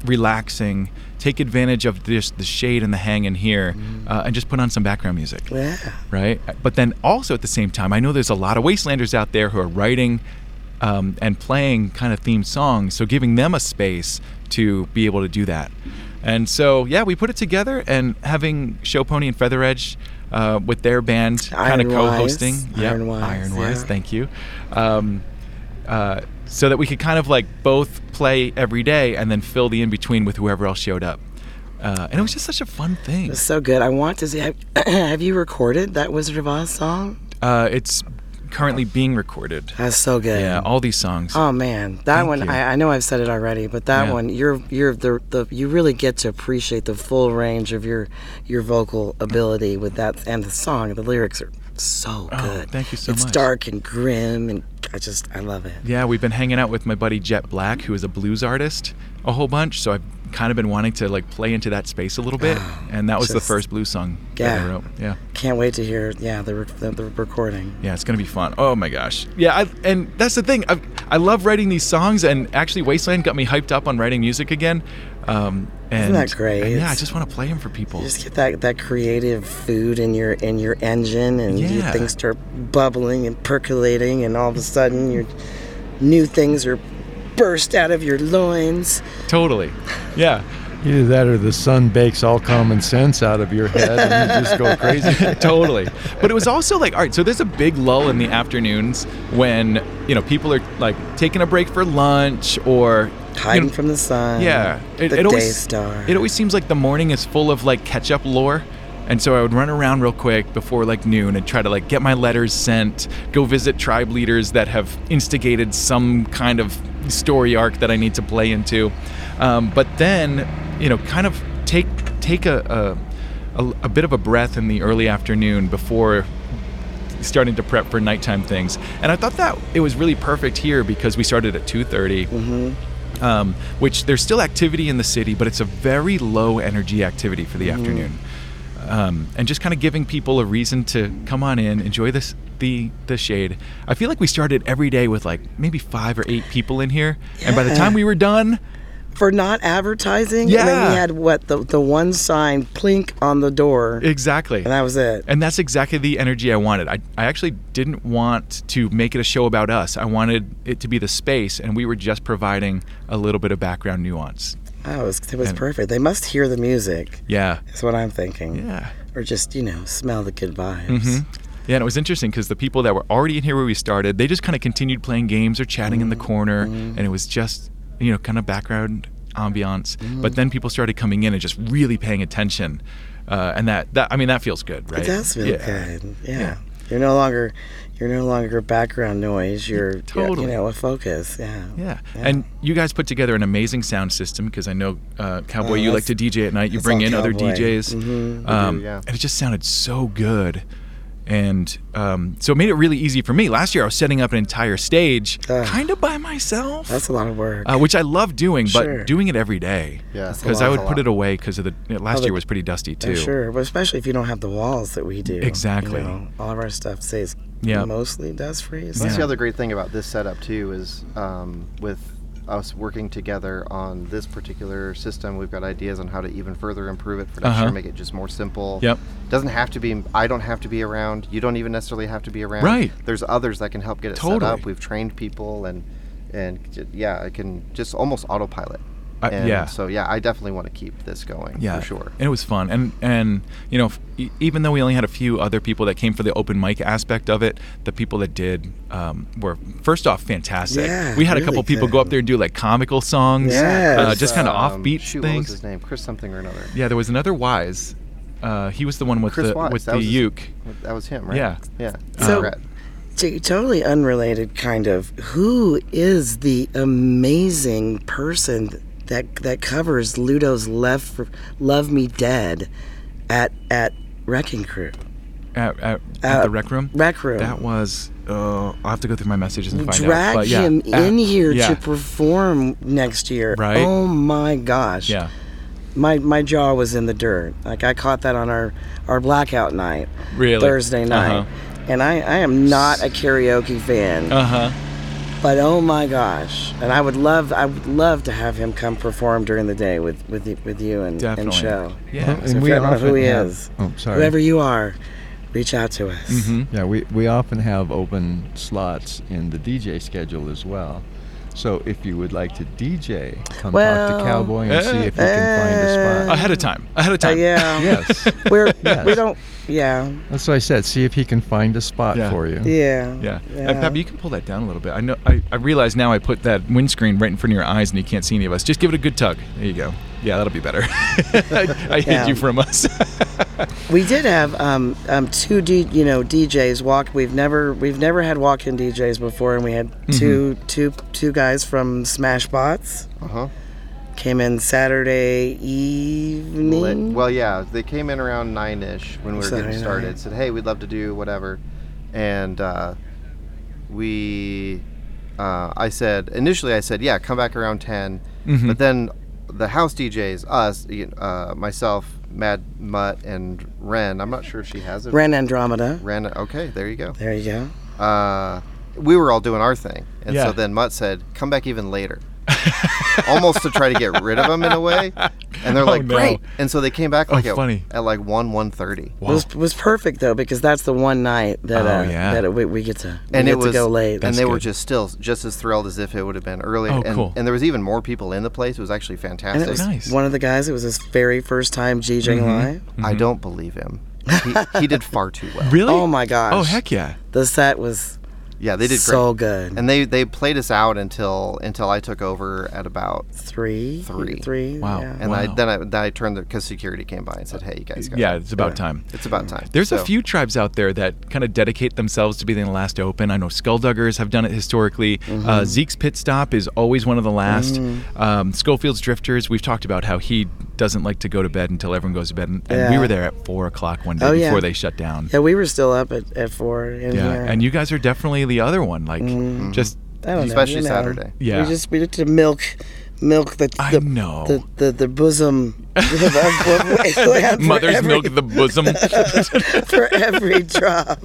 relaxing, take advantage of this, the shade and the hang in here, uh, and just put on some background music
Yeah.
right? But then also at the same time, I know there's a lot of wastelanders out there who are writing um, and playing kind of themed songs, so giving them a space to be able to do that. And so, yeah, we put it together and having Show Pony and Feather Edge uh, with their band kind of
Iron
co-hosting,
Wise.
Yeah,
Iron Wise,
Iron Wise,
yeah.
thank you. Um, uh, so that we could kind of like both play every day and then fill the in between with whoever else showed up. Uh, and it was just such a fun thing.
It's so good. I want to see. Have, (clears throat) have you recorded that Wizard of Oz song?
Uh, it's currently being recorded.
That's so good.
Yeah, all these songs.
Oh man, that
Thank
one
you.
I, I know I've said it already, but that
Yeah.
one you're you're the, the you really get to appreciate the full range of your your vocal ability with that and the song. The lyrics are so
Oh,
good.
thank you so
it's
much.
dark and grim, and I just I love it.
Yeah, we've been hanging out with my buddy Jet Black, who is a blues artist, a whole bunch. So I've kind of been wanting to like play into that space a little bit, and that was the
Oh, just-
first blues song that I
Yeah.
wrote. Yeah,
Can't wait to hear yeah the rec- the, the recording.
yeah, it's gonna be fun. Oh my gosh. Yeah, I, and that's the thing. I, I love writing these songs, and actually Wasteland got me hyped up on writing music again. Um, and,
that great?
and yeah, I
It's-
just want to play them for people.
You just get that, that creative food in your in your engine, and you-
Yeah.
things start bubbling and percolating, and all of a sudden your new things are burst out of your loins.
Totally. Yeah.
Either that or the sun bakes all common sense out of your head and you
(laughs)
just (laughs) go crazy.
(laughs) totally. But it was also like, all right, so there's a big lull in the afternoons when, you know, people are like taking a break for lunch or
hiding
you know,
from the sun.
Yeah.
the day
always,
star.
It always seems like the morning is full of like catch up lore. And so I would run around real quick before like noon and try to like get my letters sent, go visit tribe leaders that have instigated some kind of story arc that I need to play into. Um, but then, you know, kind of take take a, a, a a bit of a breath in the early afternoon before starting to prep for nighttime things. And I thought that it was really perfect here because we started at 2:30 um, which there's still activity in the city, but it's a very low energy activity for the afternoon. Um, and just kind of giving people a reason to come on in, enjoy this the the shade. I feel like we started every day with like maybe five or eight people in here, and by the time we were done,
for not advertising. And then
Yeah.
we had what the the one sign plink on the door,
Exactly.
and that was it.
And that's exactly the energy I wanted. I, I actually didn't want to make it a show about us. I wanted it to be the space, and we were just providing a little bit of background nuance.
Oh, it was, it was perfect. They must hear the music.
Yeah.
Is what I'm thinking.
Yeah. Mm-hmm.
Or just you know smell the good vibes.
Yeah, and it was interesting because the people that were already in here where we started, they just kind of continued playing games or chatting in the
Mm-hmm.
corner, and it was just, you know, kind of background ambiance.
Mm.
But then people started coming in and just really paying attention. Uh, and that, that, I mean, that feels good, right?
It does feel
Yeah.
good. Yeah.
Yeah.
You're no longer you're no longer background noise. You're
Totally.
you know a focus. Yeah.
Yeah. and you guys put together an amazing sound system because I know uh, Cowboy,
Oh,
you like
that's-
to DJ at night. You
that's
bring
all
in other
Cowboy. Mm-hmm.
DJs, um,
yeah.
and it just sounded so good. And um, so it made it really easy for me. Last year, I was setting up an entire stage,
Ugh.
kind of by myself,
That's a lot of work.
uh, which I love doing,
Sure.
but doing it every day.
Yeah, it's a
because I
lot, it's
would
a
put
lot.
it away because of the you know, last
the-
year was pretty dusty
Yeah,
too.
sure, but especially if you don't have the walls that we do. you
Exactly.
know. all of our stuff stays
Yeah.
mostly dust free. so-
That's the other great thing about this setup too is um, with us working together on this particular system, we've got ideas on how to even further improve it for next
Uh-huh.
year, make it just more simple.
Yep.
Doesn't have to be. I don't have to be around. You don't even necessarily have to be around.
Right.
There's others that can help get it set
Totally.
up. We've trained people and and j- yeah, it can just almost autopilot.
Uh,
and
yeah.
So yeah, I definitely want to keep this going.
yeah,
For sure.
And it was fun, and and you know, f- e- even though we only had a few other people that came for the open mic aspect of it, the people that did um, were first off fantastic.
Yeah,
we had a
really
couple people go up there and do like comical songs,
Yeah,
uh,
Chris,
just kind of
Um,
offbeat
shoot, What was
things.
his name? Chris something or another.
Yeah, there was another Wise. Uh, he was the one with
Chris
the
Watts.
with
that
the
was his-
uke.
That was him, right?
Yeah.
Yeah.
So-
Brett.
T- totally unrelated, kind of. Who is the amazing person that that covers Ludo's "Left for, Love Me Dead" at at Wrecking Crew?
At, at, at
Uh,
the rec room.
Rec Room.
That was. Uh, I'll have to go through my messages and find out.
Drag
But yeah,
him
at-
in here
yeah,
to perform next year.
Right.
Oh my gosh.
yeah.
my my jaw was in the dirt. Like I caught that on our our blackout night,
Really?
Thursday night,
Uh-huh.
and I I am not a karaoke fan,
Uh huh.
but oh my gosh! And I would love I would love to have him come perform during the day with with y- with you and,
Definitely.
and show.
Yeah.
and
if
we
you don't know
often
who he
have,
is,
Oh, sorry.
Whoever you are, reach out to us.
Mm-hmm.
Yeah, we, we often have open slots in the DJ schedule as well. So if you would like to DJ, come talk
Well,
to Cowboy and see if you
eh.
can find a spot.
(laughs) Ahead of time. Ahead of
Uh,
time.
yeah,
Yes,
(laughs)
we're we
Yes.
don't. Yeah,
that's what I said. See if he can find a spot
Yeah.
for you.
yeah,
(laughs) Yeah. Uh,
Yeah.
Pab, you can pull that down a little bit. I know. I, I realize now I put that windscreen right in front of your eyes and you can't see any of us. Just give it a good tug. There you go. Yeah, that'll be better. (laughs) I, I hid
Yeah.
you from us. (laughs)
We did have um, um, two, D, you know, DJs walk. We've never we've never had walk-in DJs before, and we had
Mm-hmm.
two two two guys from Smashbots
Uh-huh.
came in Saturday evening.
Lit- Well, yeah, they came in around nine-ish when we were
Saturday
getting
night.
started. Said, "Hey, we'd love to do whatever," and uh, we, uh, I said initially, I said, "Yeah, come back around 10 But then the house DJs, us, y- uh, myself, Mad Mutt, and Ren. I'm not sure if she has it.
Ran Andromeda.
Ren. Okay, there you go.
There you go.
uh, we were all doing our thing. And
Yeah.
so then Mutt said, come back even later. (laughs) Almost to try to get rid of them in a way. And they're
Oh,
like,
no. Oh,
great. And so they came back like at,
funny.
at like 1, 1.30.
Was was perfect though because that's the one night that
Oh,
uh,
yeah.
that we, we get to we get
And it was,
to go late.
and they were
good.
just still just as thrilled as if it would have been earlier.
Oh,
and,
cool.
and there was even more people in the place. It was actually fantastic.
and it was
Nice. Mm-hmm.
one of the guys. It was his very first time DJing live.
I don't believe him. He, he did far too well.
really?
Oh my gosh!
Oh heck yeah.
The set was
Yeah, they did
so
great.
good.
And they, they played us out until until I took over at about
three,
Three.
three.
Wow.
yeah.
and I,
Wow.
then I then I turned the because security came by and said, "Hey, you guys, got
Yeah, it's about time.
It's about time.
There's a
So-
few tribes out there that kind of dedicate themselves to being the last to open. I know Skullduggers have done it historically.
Mm-hmm.
Uh, Zeke's Pit Stop is always one of the last. Um, Schofield's Drifters, we've talked about how he doesn't like to go to bed until everyone goes to bed. And, and we
Yeah.
were there at 4 o'clock one day
Oh, yeah.
before they shut down.
Yeah, we were still up at, at four in
Yeah,
here.
and you guys are definitely the other one. Like,
Mm-hmm.
just
I don't know,
especially
you know.
Saturday.
Yeah.
we just we looked to milk, milk the
I
the,
know.
the the
(laughs)
the bosom of, of wasteland for
mothers
every,
milk the
(laughs)
bosom.
for every drop.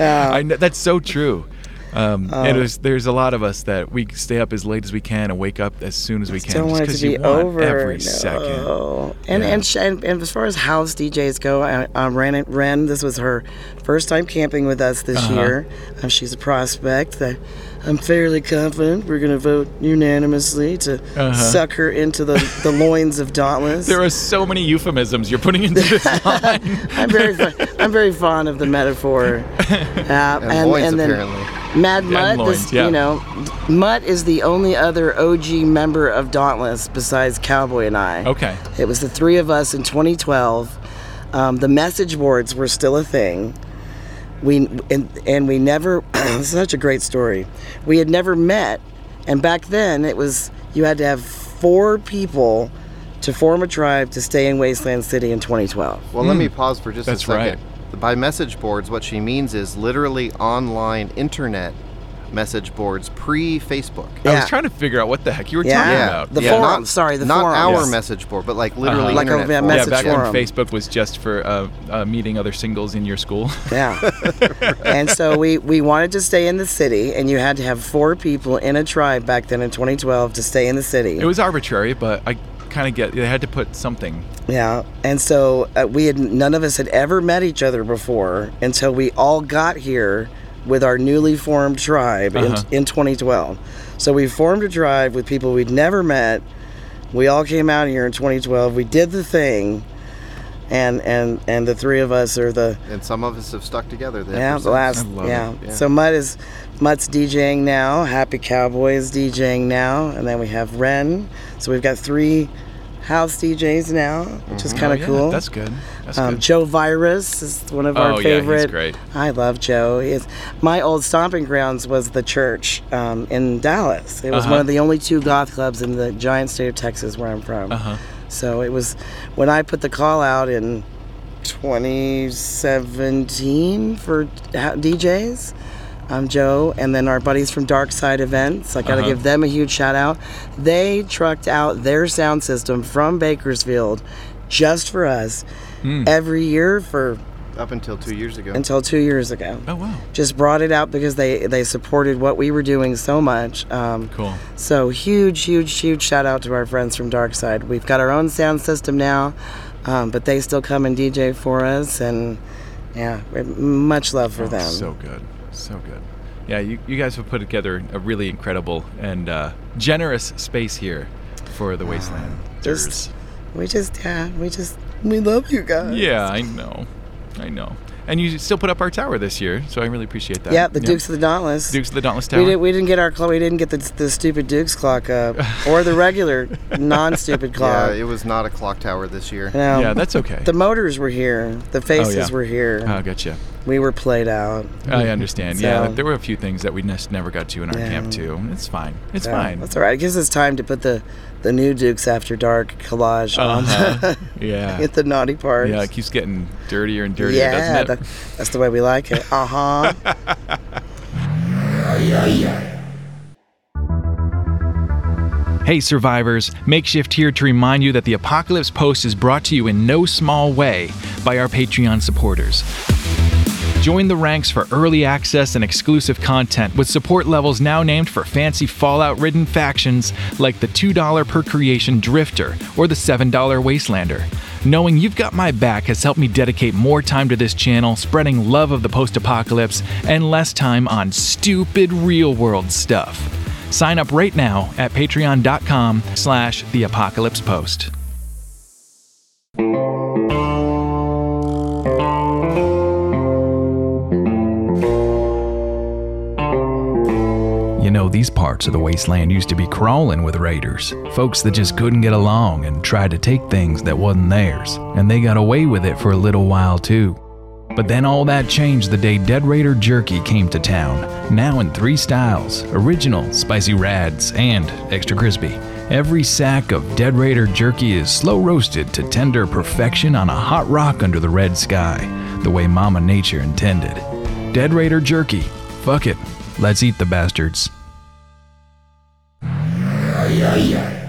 I know, that's so true. Um,
Uh,
and there's, there's a lot of us that we stay up as late as we can and wake up as soon as we can.
Don't
just
want it
'cause
to be
you want
over. oh.
every
no.
second.
And,
Yeah.
and, sh- and and as far as house DJs go, I, I ran it. Ren, this was her first time camping with us this
Uh-huh.
year. Um, she's a prospect. I, I'm fairly confident we're going to vote unanimously to suck her into the,
(laughs)
the loins of Dauntless.
Uh-huh. There are so many euphemisms you're putting into
(laughs)
this line. (laughs)
I'm very fo- I'm very fond of the metaphor. Uh, and,
loins, apparently.
Mad Mutt,
loins,
this,
yeah.
you know, Mutt is the only other OG member of Dauntless besides Cowboy and I.
Okay.
It was the three of us in 2012. Um, the message boards were still a thing. We and, and we never. (clears throat) such a great story. We had never met, and back then it was you had to have four people to form a tribe to stay in Wasteland City in 2012.
Well, let me pause for just
Hmm. That's
a second.
right.
By message boards, what she means is literally online internet message boards pre Facebook.
I
Yeah.
was trying to figure out what the heck you were
Yeah.
talking
Yeah.
about.
The
yeah,
forum,
Not,
sorry, the
not
forums.
our
Yes.
message board, but like literally
Like a
internet
yeah,
forums.
yeah,
message
back when
forum.
Facebook was just for uh, uh, meeting other singles in your school. (laughs)
Yeah. and so we, we wanted to stay in the city, and you had to have four people in a tribe back then in 2012 to stay in the city.
It was arbitrary, but I kind of get they had to put something.
yeah. And so uh, we had none of us had ever met each other before until we all got here with our newly formed tribe
Uh-huh.
in, in 2012. So we formed a tribe with people we'd never met. We all came out here in 2012. We did the thing. And, and and the three of us are the
And some of us have stuck together. the
Yeah,
ever
the last.
since.
I love
Yeah.
it,
yeah.
So Mutt is Mutt's DJing now. Happy Cowboy is DJing now, and then we have Ren. So we've got three house DJs now, which is
Oh,
kind of
yeah,
Uh, cool.
That's good. That's
Um,
good.
Joe Virus is one of
Oh, yeah,
our
he's
favorite.
great.
I love Joe. He is- my old stomping grounds was the church um, in Dallas. It was
Uh-huh.
one of the only two goth clubs in the giant state of Texas where I'm from.
Uh-huh.
So it was when I put the call out in 2017 for ha- DJs. I'm Joe, and then our buddies from Dark Side Events. I gotta
Uh-huh.
give them a huge shout out. They trucked out their sound system from Bakersfield just for us
Hmm.
every year for
Up until two years ago.
until two years ago.
Oh wow,
Just brought it out because they they supported what we were doing so much. Um,
cool.
so huge, huge, huge shout out to our friends from Darkside. We've got our own sound system now, um, but they still come and DJ for us, and yeah, we- much love for
Oh,
them.
So good, so good. Yeah, you, you guys have put together a really incredible and uh, generous space here for the wasteland.
Um, just- we just, yeah, we just, we love you guys.
yeah, I know, I know. And you still put up our tower this year, so I really appreciate that.
Yeah, the Dukes of the Dauntless.
Dukes of the Dauntless Tower.
We, did, we didn't get our clock. We didn't get the, the stupid Duke's clock up, or
(laughs)
the regular non-stupid
yeah,
clock.
it was not a clock tower this year.
No.
yeah, that's okay.
um, the motors were here. The faces
Oh, yeah.
were here.
oh, gotcha.
we were played out.
I understand. yeah,
So-
there were a few things that we just never got to in our
Yeah.
camp too. It's fine. It's
Yeah,
fine.
That's all right. It gives us time to put the, the new Dukes After Dark collage on (laughs)
Uh-huh. yeah.
at the naughty parts.
Yeah, it keeps getting dirtier and dirtier,
Yeah,
doesn't it?
that- that's the way we like it. Uh
(laughs)
huh.
Hey, survivors. Makeshift here to remind you that the Apocalypse Post is brought to you in no small way by our Patreon supporters. Join the ranks for early access and exclusive content with support levels now named for fancy Fallout ridden factions like the $2 per creation Drifter or the $7 Wastelander. Knowing you've got my back has helped me dedicate more time to this channel, spreading love of the post apocalypse, and less time on stupid real world stuff. Sign up right now at patreon.com slash the apocalypse post. You know, these parts of the wasteland used to be crawling with raiders. Folks that just couldn't get along and tried to take things that wasn't theirs. And they got away with it for a little while, too. But then all that changed the day Dead Raider Jerky came to town. Now in three styles original, spicy rads, and extra crispy. Every sack of Dead Raider Jerky is slow roasted to tender perfection on a hot rock under the red sky, the way Mama Nature intended. Dead Raider Jerky. Fuck it. Let's eat the bastards.
I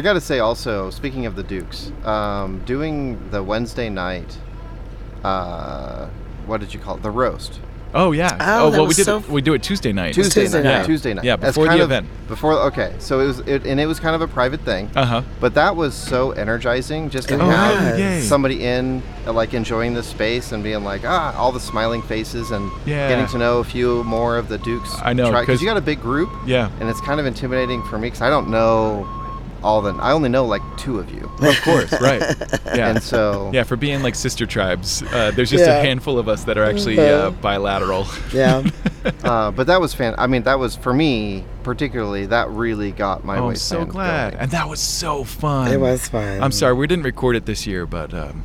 got to say also, speaking of the Dukes, um, doing the Wednesday night, uh, what did you call it? The roast.
Oh yeah.
Oh, that
well, we
was
did
so
it, we do it Tuesday night.
Tuesday,
Tuesday
night.
night.
Yeah, Tuesday night.
Yeah,
That's
before the
kind of-
event.
Before okay, so it was it, and it was kind of a private thing.
Uh huh.
But that was so energizing just to
It
have
was.
Oh, Yay.
somebody in, uh, like enjoying the space and being like, ah, all the smiling faces and
Yeah.
getting to know a few more of the Duke's.
I know,
because
'cause-
you got a big group.
Yeah.
And it's kind of intimidating for me because I don't know all the. I only know like two of you,
Of course.
(laughs)
Right. Yeah.
and so
(laughs) yeah, for being like sister tribes, uh, there's just
Yeah. Oh,
a handful of us that are actually
Mhm.
uh, bilateral.
Yeah.
Uh, but that was fan. I mean, that was for me particularly. That really got my.
Oh, I'm so
waistband
glad,
going.
and that was so fun.
It was fun.
I'm sorry we didn't record it this year, but um,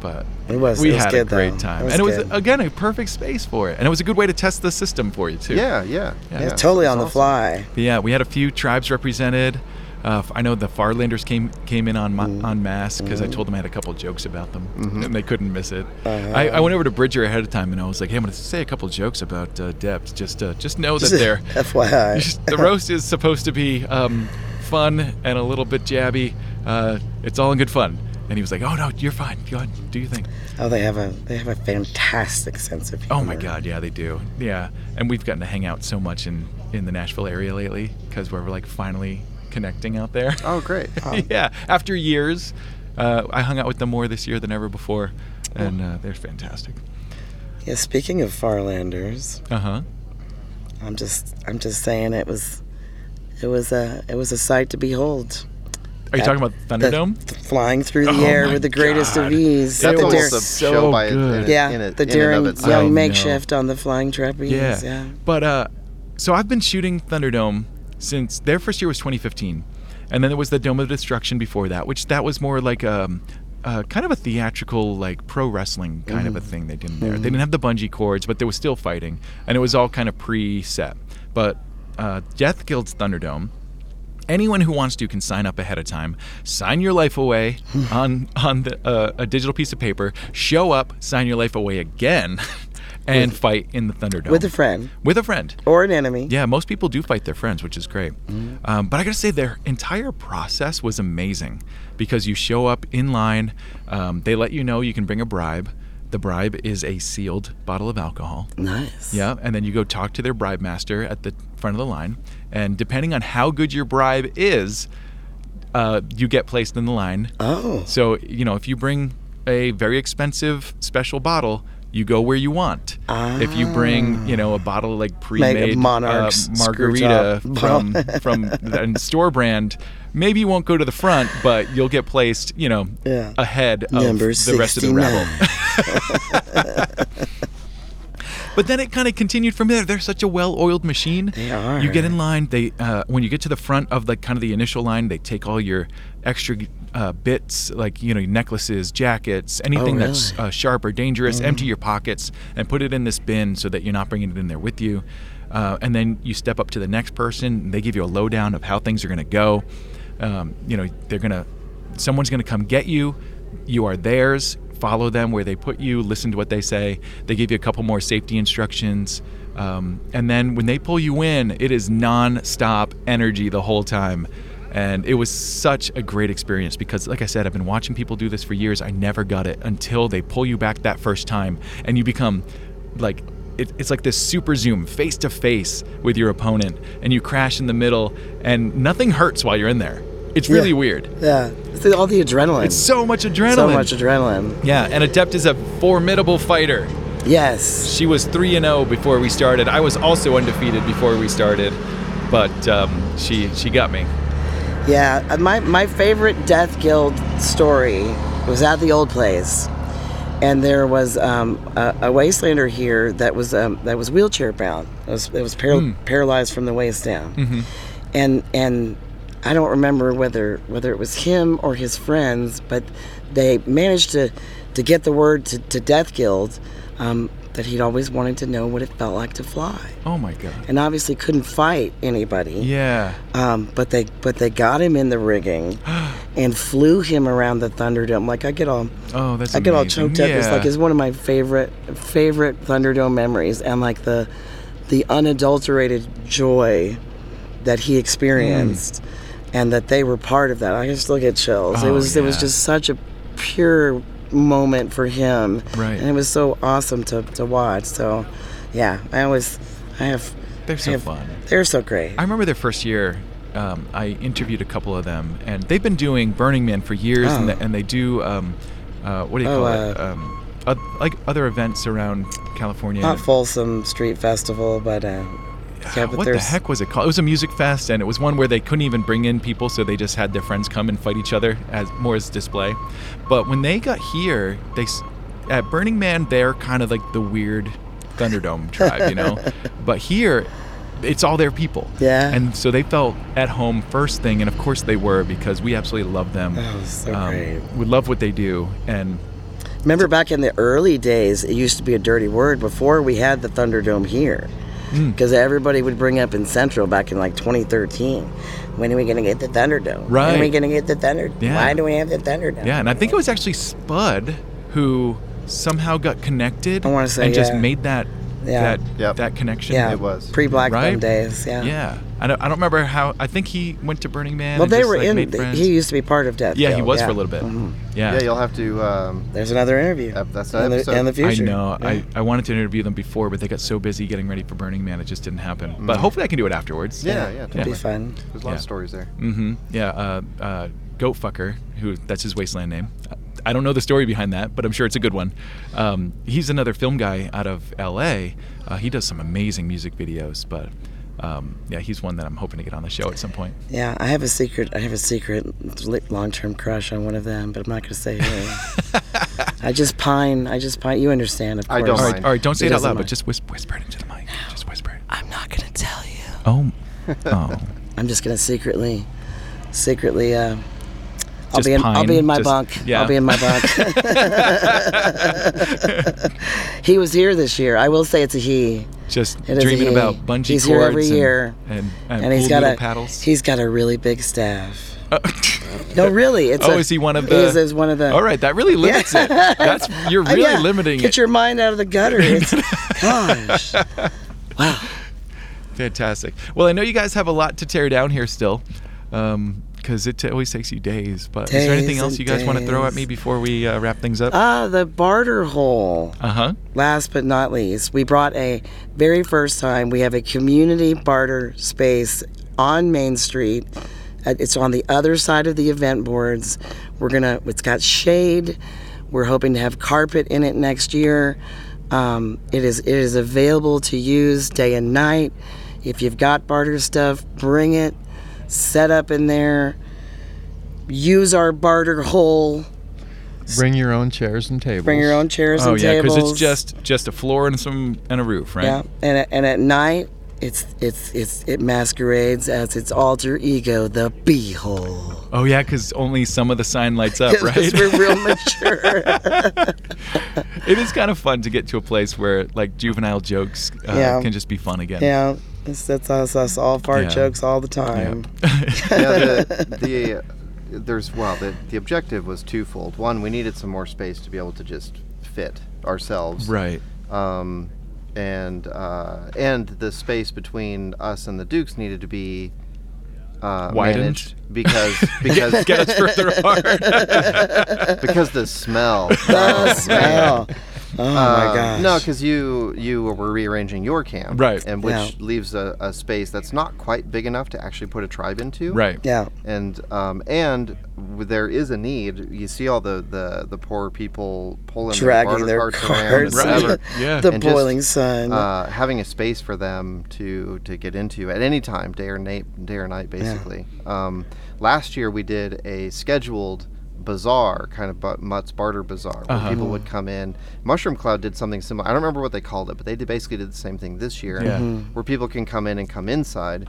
but
It was-
we
it was
had a
good, though.
great
It
time,
was
and it was
good.
again a perfect space for it, and it was a good way to test the system for you too.
Yeah, yeah,
Yeah.
yeah.
It's
Totally on the fly.
But yeah, we had a few tribes represented. Uh, I know the Farlanders came came in on ma- on mass because I told them I had a couple jokes about them, and they couldn't miss it. I, I went over to Bridger ahead of time, and I was like, "Hey, I'm going to say a couple jokes about uh, depth. Just uh, just know that (laughs)
(laughs)
they're
FYI.
just- the roast is supposed to be um, fun and a little bit jabby. Uh, it's all in good fun." And he was like, "Oh no, you're fine. Go ahead, do your thing."
Oh, they have a they have a fantastic sense of humor.
Oh my God, yeah, they do. Yeah, and we've gotten to hang out so much in in the Nashville area lately because we're like finally connecting out there.
Oh, (laughs) great.
(laughs) yeah, after years, uh, I hung out with them more this year than ever before, and uh, they're fantastic.
Yeah. Speaking of Farlanders,
Uh huh.
I'm just I'm just saying it was it was a it was a sight to behold.
Are you talking about
The-
Thunderdome?
th- flying through the
Oh
air
my
with the greatest
God.
of ease.
That
That's
the
was
almost
Dar-
a
so
show by it-
good.
in it-
yeah,
in it-
the
in and of
daring
itself.
Oh,
young
no.
makeshift on the flying trapeze.
yeah.
Yeah.
But uh, so I've been shooting Thunderdome since their first year was 2015, and then there was the Dome of Destruction before that, which that was more like um uh, kind of a theatrical, like pro wrestling kind of a thing they did in there. They didn't have the bungee cords, but there was still fighting, and it was all kind of pre-set. But uh, Death Guild's Thunderdome anyone who wants to can sign up ahead of time sign your life away
(sighs)
on on the, uh, a digital piece of paper show up sign your life away
(laughs)
again and fight in the thunderdome
With a friend
with a friend
or an enemy.
yeah most people do fight their friends which is great
Mm.
um, but i gotta say their entire process was amazing because you show up in line um, they let you know you can bring a bribe the bribe is a sealed bottle of alcohol
Nice.
yeah, and then you go talk to their bribe master at the front of the line, and depending on how good your bribe is, uh, you get placed in the line.
Oh.
So you know if you bring a very expensive special bottle, you go where you want. If you bring you know a bottle like pre-made uh,
Monarch
margarita
screw job
from
(laughs)
from the store brand, maybe you won't go to the front, but you'll get placed you know
Yeah.
ahead of
Number
the rest of the rabble.
69.
But then it kind of continued from there. They're such a well-oiled machine.
They are.
You get in line. They uh, when you get to the front of like kind of the initial line, they take all your extra uh, bits, like you know necklaces, jackets, anything that's
Oh, really?
uh, sharp or dangerous. Empty your pockets and put it in this bin so that you're not bringing it in there with you. Uh, and then you step up to the next person. And they give you a lowdown of how things are going to go. Um, you know they're gonna, someone's gonna come get you. You are theirs. Follow them where they put you. Listen to what they say. They give you a couple more safety instructions. Um, and then when they pull you in, it is non-stop energy the whole time. And it was such a great experience because, like I said, I've been watching people do this for years. I never got it until they pull you back that first time and you become like, it, it's like this super zoom face to face with your opponent and you crash in the middle and nothing hurts while you're in there. It's really
Yeah.
weird.
Yeah. It's all the adrenaline.
It's so much adrenaline.
So much adrenaline.
yeah, and Adept is a formidable fighter.
Yes.
She was 3 and 0 before we started. I was also undefeated before we started, but um, she she got me.
Yeah, uh, my, my favorite Death Guild story was at the old place, and there was um, a, a wastelander here that was um, that was wheelchair bound. It was it was paral- paralyzed from the waist down, and and I don't remember whether whether it was him or his friends, but they managed to to get the word to, to Death Guild um, that he'd always wanted to know what it felt like to fly,
Oh my god.
and obviously couldn't fight anybody.
Yeah.
Um, but they but they got him in
(gasps)
the rigging and flew him around the Thunderdome. Like I get all
Oh, that's
I get all
amazing.
choked up. It's
Yeah.
like it's one of my favorite favorite Thunderdome memories and like the the unadulterated joy that he experienced and that they were part of that. I can still get chills.
Hmm. Oh,
it was it was
yeah.
just such a pure moment for him.
Right.
And it was so awesome to, to watch. So yeah, I always, I have.
They're
I
so
have-
fun.
They're so great.
I remember their first year. Um, I interviewed a couple of them, and they've been doing Burning Man for years, and,
Oh.
the, and they do um, uh, what do you
Oh,
call it?
uh,
Um, oth- like other events around California.
Not Folsom Street Festival, but uh, yeah, but
what the
there's
heck was it called? It was a music fest, and it was one where they couldn't even bring in people, so they just had their friends come and fight each other as more as display. But when they got here, they s- at Burning Man, they're kind of like the weird
(laughs)
Thunderdome tribe, you know. But here, it's all their people.
Yeah.
And so they felt at home first thing, and of course they were because we absolutely love them. Um,
Oh, so great.
We love what they do, and
Remember back in the early days, it used to be a dirty word before we had the Thunderdome here.
Hmm.
Because everybody would bring up in Central back in like 2013, when are we going to get the Thunderdome? When are we
Right.
going to get the Thunder?
Yeah.
Why do we have the Thunderdome?
Yeah, and I think it was actually Spud who somehow got connected.
I wanna say,
and just
yeah.
made that
Yeah.
that
Yep.
that connection.
yeah.
It was.
pre Black
Right?
days. Yeah.
Yeah. I don't, I don't remember how. I think he went to Burning Man.
Well,
and
they
just,
were
like,
in.
Made
th-
friends.
He used to Mm-hmm. be part of Death.
yeah, he
Guild,
was for a little bit. Yeah.
Yeah, you'll have to. Um,
There's another interview.
Yep, that's
in
an
the,
episode.
in the
I
future.
know. I, I wanted to interview them before, but they got so busy getting ready for Burning Man, it just didn't happen. But
Mm.
hopefully, I can do it afterwards.
yeah, yeah.
It'd
Totally.
be fun.
There's a lot
Yeah.
of stories there.
Mm-hmm. Yeah. Uh, uh, Goatfucker, who that's his wasteland name. I don't know the story behind that, but I'm sure it's a good one. Um, he's another film guy out of L.A. Uh, he does some amazing music videos, but um, yeah, he's one that I'm hoping to get on the show at some point.
Yeah, I have a secret. I have a secret long-term crush on one of them, but I'm not gonna say who. I just pine. I just pine. You understand, of course.
I don't
All right,
mind.
all right. Don't say
He
it out
doesn't
loud, but
mind.
just whisper, whisper it into the mic. Just whisper it.
I'm not gonna tell you.
Oh,
(laughs)
oh.
I'm just gonna secretly, secretly. Uh, I'll
Just
be in. I'll be
pine,
in my
just-
bunk.
yeah.
I'll be in my
(laughs)
bunk. he was here this year. I will say it's a he,
just
It is
dreaming
he.
about bungee
He's
cords
here every
and,
year.
and and,
and he's
pool
got
noodle
a
paddles.
he's got a really big staff.
Uh,
No, really. It's
Oh,
a-
is he one of
He is,
the-
is one of the.
all right, that really limits
(laughs)
it. That's you're
Uh,
really
yeah,
limiting
Get
it.
your mind out of the gutter.
(laughs)
It's, gosh.
Fantastic. Well, I know you guys have a lot to tear down here still, because it t- always takes you days. But is there anything
Days
else
and
you guys want to throw at me
days.
before we uh, wrap things up?
Ah, the barter hole.
Uh huh.
Last but not least, we brought a very first time we have a community barter space on Main Street. Uh, It's on the other side of the event boards. We're gonna. It's got shade. We're hoping to have carpet in it next year. Um, it is it is available to use day and night. If you've got barter stuff, bring it. Set up in there. Use our barter hole.
Bring your own chairs and tables.
Bring your own chairs
Oh
and
yeah,
tables.
because it's just just a floor and some and a roof, right?
Yeah, and at, and at night, it's it's it's it masquerades as its alter ego, the beehole.
Oh yeah, because only some of the sign lights
(laughs)
up, Oh, right?
Because we're real mature.
(laughs) it is kind of fun to get to a place where like juvenile jokes uh,
Yeah.
can just be fun again.
yeah, it's, that's us. Us all fart
Yeah.
jokes all
(laughs)
the time.
yeah, (laughs) the, the there's well the the objective was twofold. One, we needed some more space to be able to just fit
(laughs)
ourselves.
right.
Um, and uh, and the space between us and the Dukes needed to be uh,
Widened?
managed
(laughs)
because because
Get us further apart.
because the smell.
The smell. Oh my gosh.
Um, Uh, No, because you you were rearranging your camp,
Right.
And which
Yeah.
leaves a, a space that's not quite big enough to actually put a tribe into,
right.
Yeah.
and um, and w- there is a need. You see all the the, the poor people pulling
Dragging
their
their
barter
(laughs)
carts
carts.
around and whatever.
Yeah.
The
And just,
boiling sun.
Uh, having a space for them to to get into at any time, day or night, day or night, basically. Um, last year we did a scheduled bazaar, kind of but Mutt's barter bazaar, where
Uh-huh.
people would come in. Mushroom Cloud did something similar. I don't remember what they called it, but they did basically did the same thing this year,
Yeah.
where people can come in and come inside.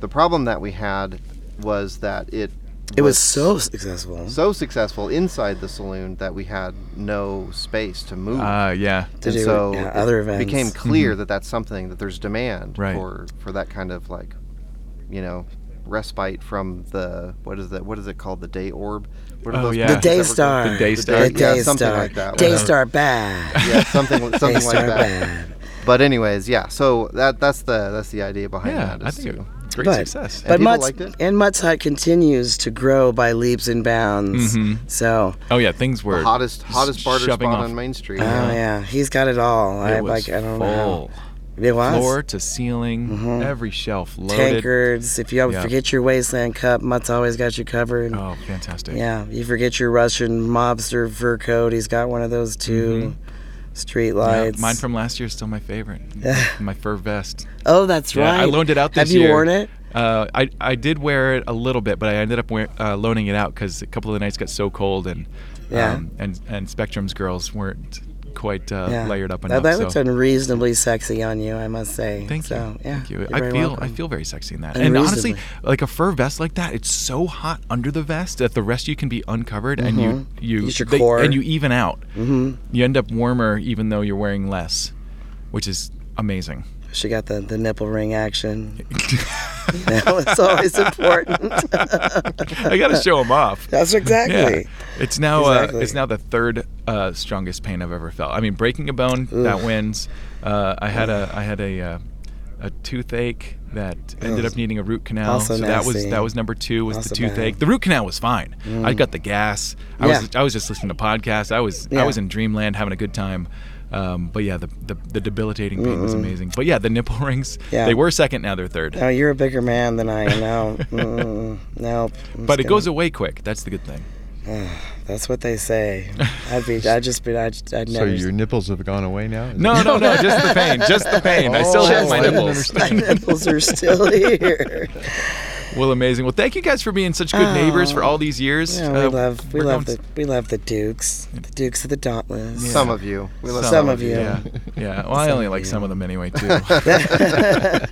The problem that we had was that it
it was so successful.
so successful inside the saloon that we had no space to move.
Uh, yeah.
to
and
do
so
yeah, other
it
events
became clear that that's something that there's demand
Mm-hmm. Right.
for for that kind of like, you know, respite from the what is that? What is it called? The day orb? What are
Oh,
those
yeah.
the
things that
Day
were-
Star.
The Day Star. Uh-huh.
The Day
yeah, something
Star.
like that.
Day
whatever.
Star bad. (laughs)
Yeah, something (laughs) something
Day
like
Star
that.
bad.
But anyways, yeah. So that that's the that's the idea behind
Yeah.
that.
I
is
think
to-
it's great
but,
success.
But
people
Mutt's,
liked it?
And Mutt's Hut continues to grow by leaps and bounds. So,
oh yeah, things were
the hottest hottest barter
shoving
spot
off.
on Main Street.
oh yeah, he's got it all. I
It was
like I don't know.
full.
how- It was.
Floor to ceiling,
Mm-hmm.
every shelf loaded.
Tankards. If you ever
Yeah.
forget your wasteland cup, Mutt's always got you covered.
Oh, fantastic.
Yeah, you forget your Russian mobster fur coat. He's got one of those too. Street
Mm-hmm. Yeah,
lights.
mine from last year is still my
(laughs)
favorite. my fur vest.
Oh, that's
Yeah,
right.
I loaned it out this
Have you
year.
worn it?
Uh, I I did wear it a little bit, but I ended up wear, uh, loaning it out because a couple of the nights got so cold and
Yeah.
um, and and Spectrum's girls weren't quite uh,
Yeah.
layered up
That-
enough.
That
so.
looks unreasonably sexy on you, I must say.
Thank you.
So, yeah,
Thank you.
you're
I
very
feel I
welcome.
feel very sexy in that.
And
And, honestly,
reasonably.
like a fur vest like that, it's so hot under the vest that the rest you can be uncovered and you you
Mm-hmm. Use your core.
and you even out. Mm-hmm. You end up warmer even though you're wearing less, which is amazing.
She got the, the nipple
(laughs)
ring action. that was always important.
I got
(laughs)
to show them off.
That's exactly.
Yeah. It's now uh,
Exactly.
it's now the third uh, strongest pain I've ever felt. I mean, breaking a bone that wins. Uh, I had
(sighs)
a I had a uh, a toothache that ended up needing a root canal.
Also
so that was
nasty.
that was number two was
Also
the
bad. Mm.
toothache. The root canal was fine. I got the gas. I was I was just listening to podcasts. I was
Yeah.
I was in dreamland having a good time. Um, but yeah, the, the the debilitating pain was amazing. But yeah, the nipple (laughs) rings.
Yeah.
They were second. Now they're third.
No, you're a bigger man than I am.
(laughs)
No, mm, nope. I'm
but it
just
goes
gonna-
away quick. That's the good thing.
That's what they say. I'd be. I'd just be. I'd, I'd
So
never.
your nipples have gone away now? Is
No, no, no, just
(laughs)
the pain, just the pain. I still have
Oh,
my
I didn't
nipples.
my nipples
(laughs)
are still here.
Well, amazing. Well, thank you guys for being such good neighbors for all these years.
Oh. Yeah, we
Uh,
love. We
we're
love
going-
the. We love the Dukes. The Dukes of the Dauntless. (laughs)
Some of you. We love
Some, of you.
Yeah, yeah. Well, I only like some of them anyway too.
(laughs)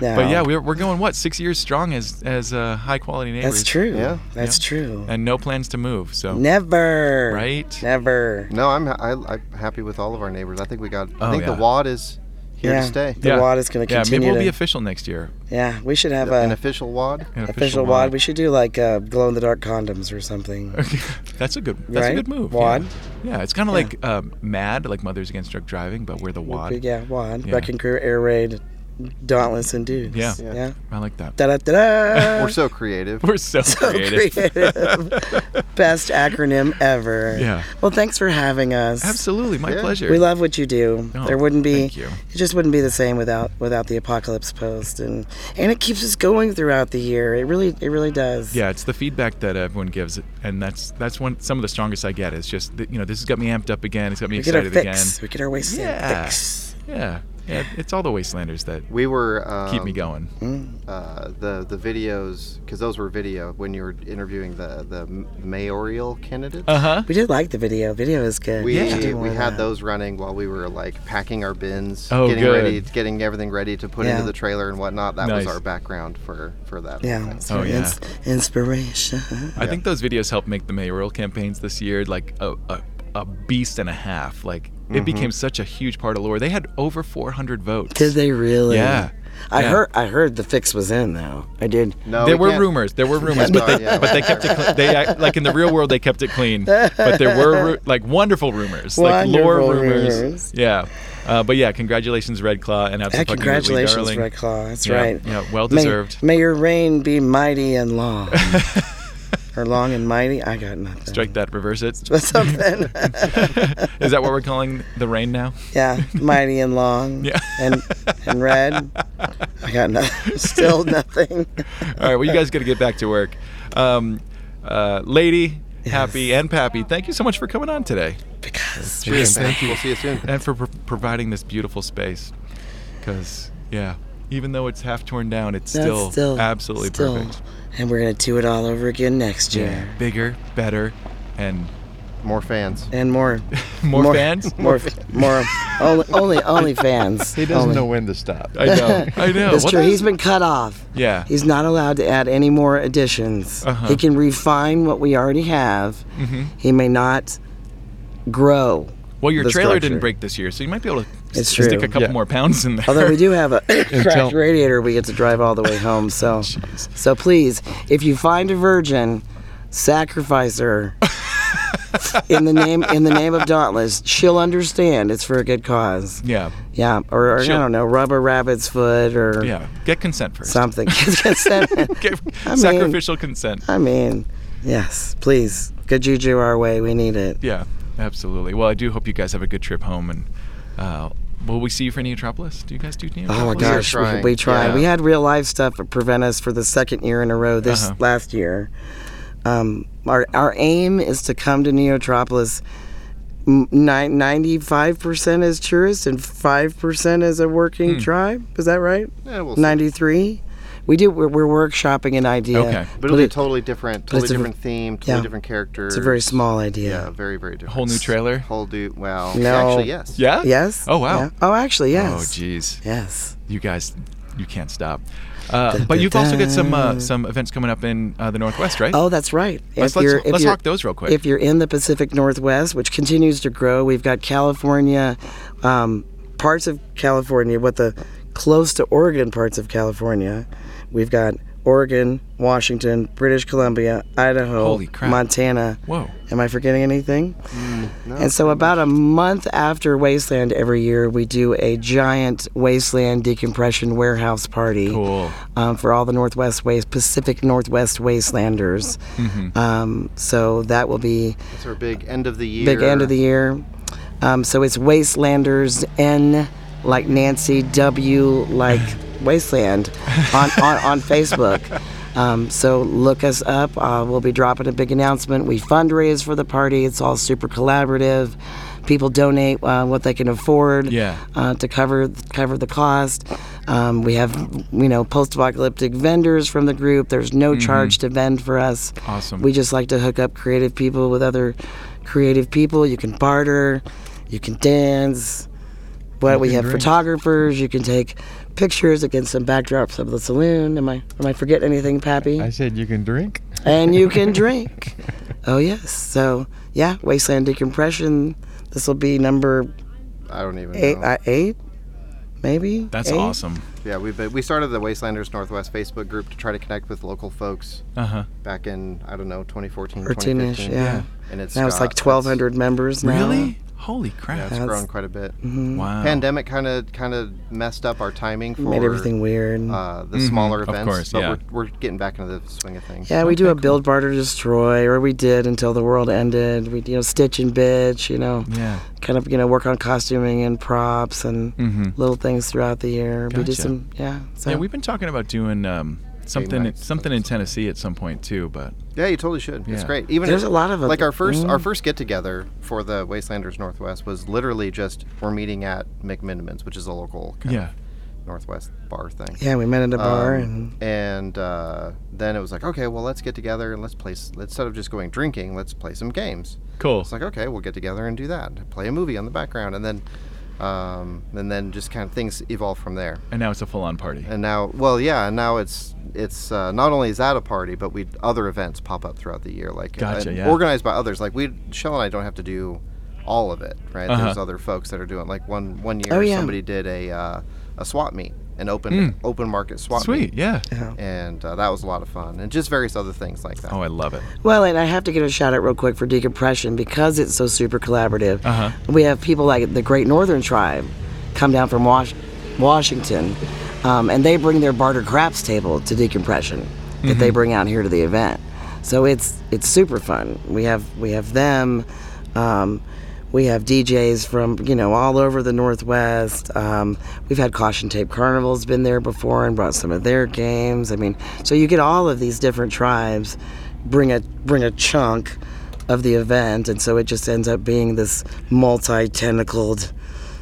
No,
But yeah, we're, we're going what six years strong as as uh, high quality neighbors.
that's true.
Yeah.
that's
Yeah.
true.
And no plans to move. So
Never.
right.
Never.
No, I'm ha- I, I'm happy with all of our neighbors. I think we got. I
Oh,
think
yeah.
the wad is here
yeah.
to stay.
The wad is going to
Yeah, maybe
continue.
we'll be
to,
official next year.
yeah, we should have
An
a
official wad.
An
official wad. We should do like uh, glow in the dark condoms or
(laughs)
something.
that's a good. That's
Right?
a good move.
Wad.
Yeah, yeah it's kind of like um, MAD, like Mothers Against Drug Driving, but we're the wad.
Yeah, wad.
Yeah.
Wrecking crew, air raid, dauntless, and dudes.
Yeah.
yeah.
Yeah. I like that. (laughs)
Da da da
We're so creative.
We're so, creative. (laughs)
Best acronym ever.
Yeah.
Well, thanks for having us.
Absolutely, my
Yeah.
pleasure.
We love what you do.
Oh,
there wouldn't be
thank you.
it just wouldn't be the same without without the apocalypse post and and it keeps us going throughout the year. It really it really does.
Yeah, it's the feedback that everyone gives, and that's that's one some of the strongest I get. It's just that, you know this has got me amped up again. It's got me
We get our
excited
fix. We get our waist
Yeah.
fix.
again. Yeah, yeah. It's all the Wastelanders that
We were um,
keep me going.
Uh, the the videos because those were video when you were interviewing the the mayoral candidates.
Uh huh.
We did like the video. Video is good.
We,
should do more
we
of
had
that.
those running while we were like packing our bins,
Oh,
getting
good.
ready, getting everything ready to put
Yeah.
into the trailer and whatnot. That was
Nice.
our background for for that.
Yeah.
thing.
so
Oh, yeah.
ins- inspiration.
I think those videos helped make the mayoral campaigns this year like a a, a beast and a half. Like
Mm-hmm.
it became such a huge part of lore. They had over 400 votes.
Did they really?
Yeah.
I
Yeah.
heard I heard the fix was in though. I did.
No,
there
we
were
can't-
rumors.
(laughs)
There were rumors,
no,
but they,
yeah,
but they kept it. Clean. They act- like in the real world they kept it clean, but there were
(laughs)
ru- like wonderful rumors, like lore
Wonderful
rumors.
rumors.
Yeah, uh, but yeah, congratulations, Red Claw, and
Yeah,
absolutely,
congratulations,
darling.
Red Claw. That's
Yeah,
right.
yeah, well
May-
deserved.
May, your reign be mighty and
(laughs)
long. or long and mighty. I got nothing.
Strike that, reverse it.
But something. (laughs)
Is that what we're calling the rain now?
yeah, mighty and long.
Yeah.
And and red. I got nothing. (laughs) Still
(laughs)
nothing.
All right, well, you guys got to get back to work. Um, uh, lady, Happy, and Pappy, thank you so much for coming on today
Because
Cheers, man. We'll see you soon.
and for pro- providing this beautiful space. Because, yeah, even though it's half torn down, it's
that's
still,
still
absolutely
still.
perfect.
And we're gonna do it all over again next year.
Bigger, better,
(laughs)
and
More fans.
And more
(laughs) more, fans.
(laughs) More f- more only only only
(laughs)
fans.
He doesn't
only.
know when to stop.
I know. (laughs) I know.
That's
What
true.
the-
He's been cut off.
yeah.
He's not allowed to add any more additions.
Uh-huh. Mm-hmm.
He can refine what we already have. He may not grow.
well, your
the
trailer didn't
structure.
break this year, so you might be able to
It's
stick
true. Um,
a couple
Yeah.
more pounds in there.
Although we do
(coughs)
have a cracked
Until-
radiator we get to drive all the way home.
(laughs)
So so please, if you find a virgin, sacrifice
(laughs)
her. in the name in the name of Dauntless, she'll understand it's for a good cause.
(laughs) yeah,
Yeah, or, or I
She'll-
don't know, rub a rabbit's foot or
yeah. Get consent (laughs) first.
something. (laughs)
(laughs) Get
mean-
sacrificial consent.
I mean, yes, please. Good juju our way. We need it.
Yeah, absolutely. Well, I do hope you guys have a good trip home and uh, will we see you for Neotropolis? Do you guys do Neotropolis?
Oh my
We are
gosh, we,
trying,
we try.
yeah.
We had real life stuff that prevent us for the second year in a row this
Uh-huh.
last year. Um, our our aim is to come to Neotropolis. m- nine- 95% as tourists and 5% as a working
Hmm.
tribe. Is that right?
Yeah, we'll see.
93? We do, we're, we're workshopping an idea.
Okay.
But it'll be
it-
totally different,
but it's
totally different theme, totally
yeah.
different character.
it's a very small idea.
yeah, very very different.
Whole new trailer?
Whole new wow.
No.
Actually, yes.
Yeah?
Yes?
Oh, wow.
Yeah. Oh, actually, yes.
Oh, geez.
Yes.
You guys, you can't stop. Uh, but you've also got some uh,
Da-da-da.
some events coming up in uh, the Northwest, right?
Oh, that's right.
Let's- let's- let's talk those real quick.
If you're in the Pacific Northwest, which continues to grow, we've got California, um, parts of California, what the close to Oregon parts of California. We've got Oregon, Washington, British Columbia, Idaho,
Holy crap.
Montana.
Whoa.
Am I forgetting anything? and so, about a month after Wasteland every year, we do a giant Wasteland decompression warehouse party
Cool.
um, for all the Northwest Waste, Pacific Northwest Wastelanders. Um, so that will be
That's our big end of the year.
big end of the year. Um, so it's Wastelanders N, like Nancy W, like Wasteland, on on, on Facebook. Um, so look us up. Uh, we'll be dropping a big announcement. We fundraise for the party. It's all super collaborative. People donate uh, what they can afford
Yeah.
uh, to cover cover the cost. Um, we have you know post-apocalyptic vendors from the group. There's no charge to vend for us.
Awesome.
We just like to hook up creative people with other creative people. You can barter, you can dance. But we
can
have
drink.
photographers. You can take pictures against some backdrops of the saloon. Am I am I forgetting anything, Pappy?
I said you can drink.
and you can drink. Oh yes. So yeah, wasteland decompression. This will be number
I don't even
eight,
know.
uh, eight maybe.
That's
Eight?
awesome.
yeah, we've been, we started the Wastelanders Northwest Facebook group to try to connect with local folks
Uh huh.
back in I don't know 2014,
13-ish,
2015.
yeah.
And it's
Now it's like
got- it's-
1,200 members now.
Really? Holy crap.
It's
That's-
grown quite a bit.
Mm-hmm.
Wow.
Pandemic kind of kind of messed up our timing for
Made everything weird.
Uh, the smaller
Mm-hmm. of
events,
course,
but
yeah.
we're, we're getting back into the swing of things.
yeah, we do a build, barter, destroy, or we did until the world ended. We, you know, stitch and bitch, you know,
Yeah.
kind of, you know, work on costuming and props and little things throughout the year. We did
Mm-hmm. Gotcha.
some, yeah. So
Yeah, we've been talking about doing um, something
nights,
something in Tennessee at some point too, but
Yeah, you totally should. It's
Yeah.
great. Even
There's
if-
a lot of Mm.
like
other-
our first our first get together for the Wastelanders Northwest was literally just we're meeting at McMinniman's, which is a local kind
yeah.
of Northwest bar thing.
yeah, we met at a bar
Um,
and
and uh, then it was like, okay, well, let's get together and let's play. s- Instead of just going drinking, let's play some games.
Cool.
It's like, okay, we'll get together and do that. Play a movie on the background, and then, um, and then just kind of things evolve from there.
And now it's a full on party.
And now, well, yeah, and now it's it's uh, not only is that a party, but we other events pop up throughout the year, like
Gotcha,
and
yeah.
organized by others. Like we, Shell and I don't have to do all of it, right?
Uh-huh.
There's other folks that are doing. Like one one year,
Oh, yeah.
somebody did a uh, a swap meet, an open open market swap
Hmm. Sweet,
meet,
yeah.
and uh, that was a lot of fun, and just various other things like that.
Oh, I love it.
Well, and I have to give a shout out real quick for decompression because it's so super collaborative.
Uh-huh.
We have people like the Great Northern Tribe come down from Wash- Washington, um, and they bring their barter craps table to decompression that they bring out here to the event. So it's it's super fun. We have we have them. Um, we have DJs from you know all over the Northwest. Um, we've had Caution Tape Carnival's been there before and brought some of their games. I mean, so you get all of these different tribes bring a bring a chunk of the event, and so it just ends up being this multi-tentacled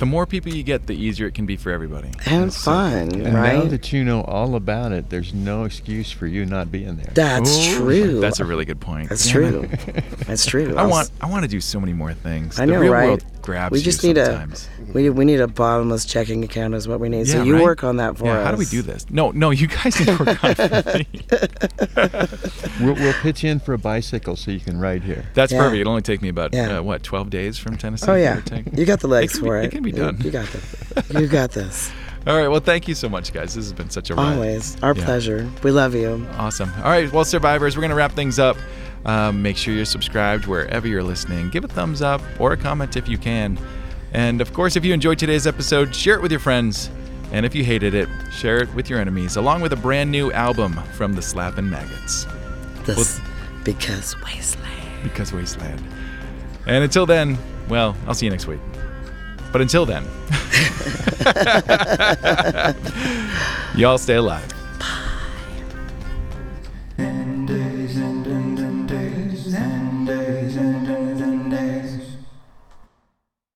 The more people you get, the easier it can be for everybody.
and fun,
And now
right?
that you know all about it, there's no excuse for you not being there.
That's
Ooh,
true.
That's a really good point.
That's
Damn it.
true. That's true.
(laughs) I want I want to do so many more things.
I
the
know,
real
right?
world grabs
we just
you
need
sometimes.
a we, we need a bottomless checking account is what we need. so
Yeah,
you
right?
work on that for
yeah,
us.
how do we do this? No, no, you guys need to
(laughs)
work on it for me.
We'll, we'll pitch in for a bicycle so you can ride here.
That's
Yeah.
perfect. It'll only take me about
Yeah.
uh, what twelve days from Tennessee.
Oh
give
yeah,
or take.
you got the legs
can be-
for
it
it.
can be
You-
done.
You, got this. You got
(laughs)
this.
All right. Well, thank you so much, guys. This has been such a ride.
Always our
Yeah.
pleasure. We love you.
Awesome. All right. Well, survivors, we're going to wrap things up. Um, make sure you're subscribed wherever you're listening. Give a thumbs up or a comment if you can. And of course, if you enjoyed today's episode, share it with your friends. And if you hated it, share it with your enemies, along with a brand new album from the Slappin' Maggots.
This because wasteland.
Because Wasteland. And until then, (laughs) well, I'll see you next week. But until then, y'all stay alive.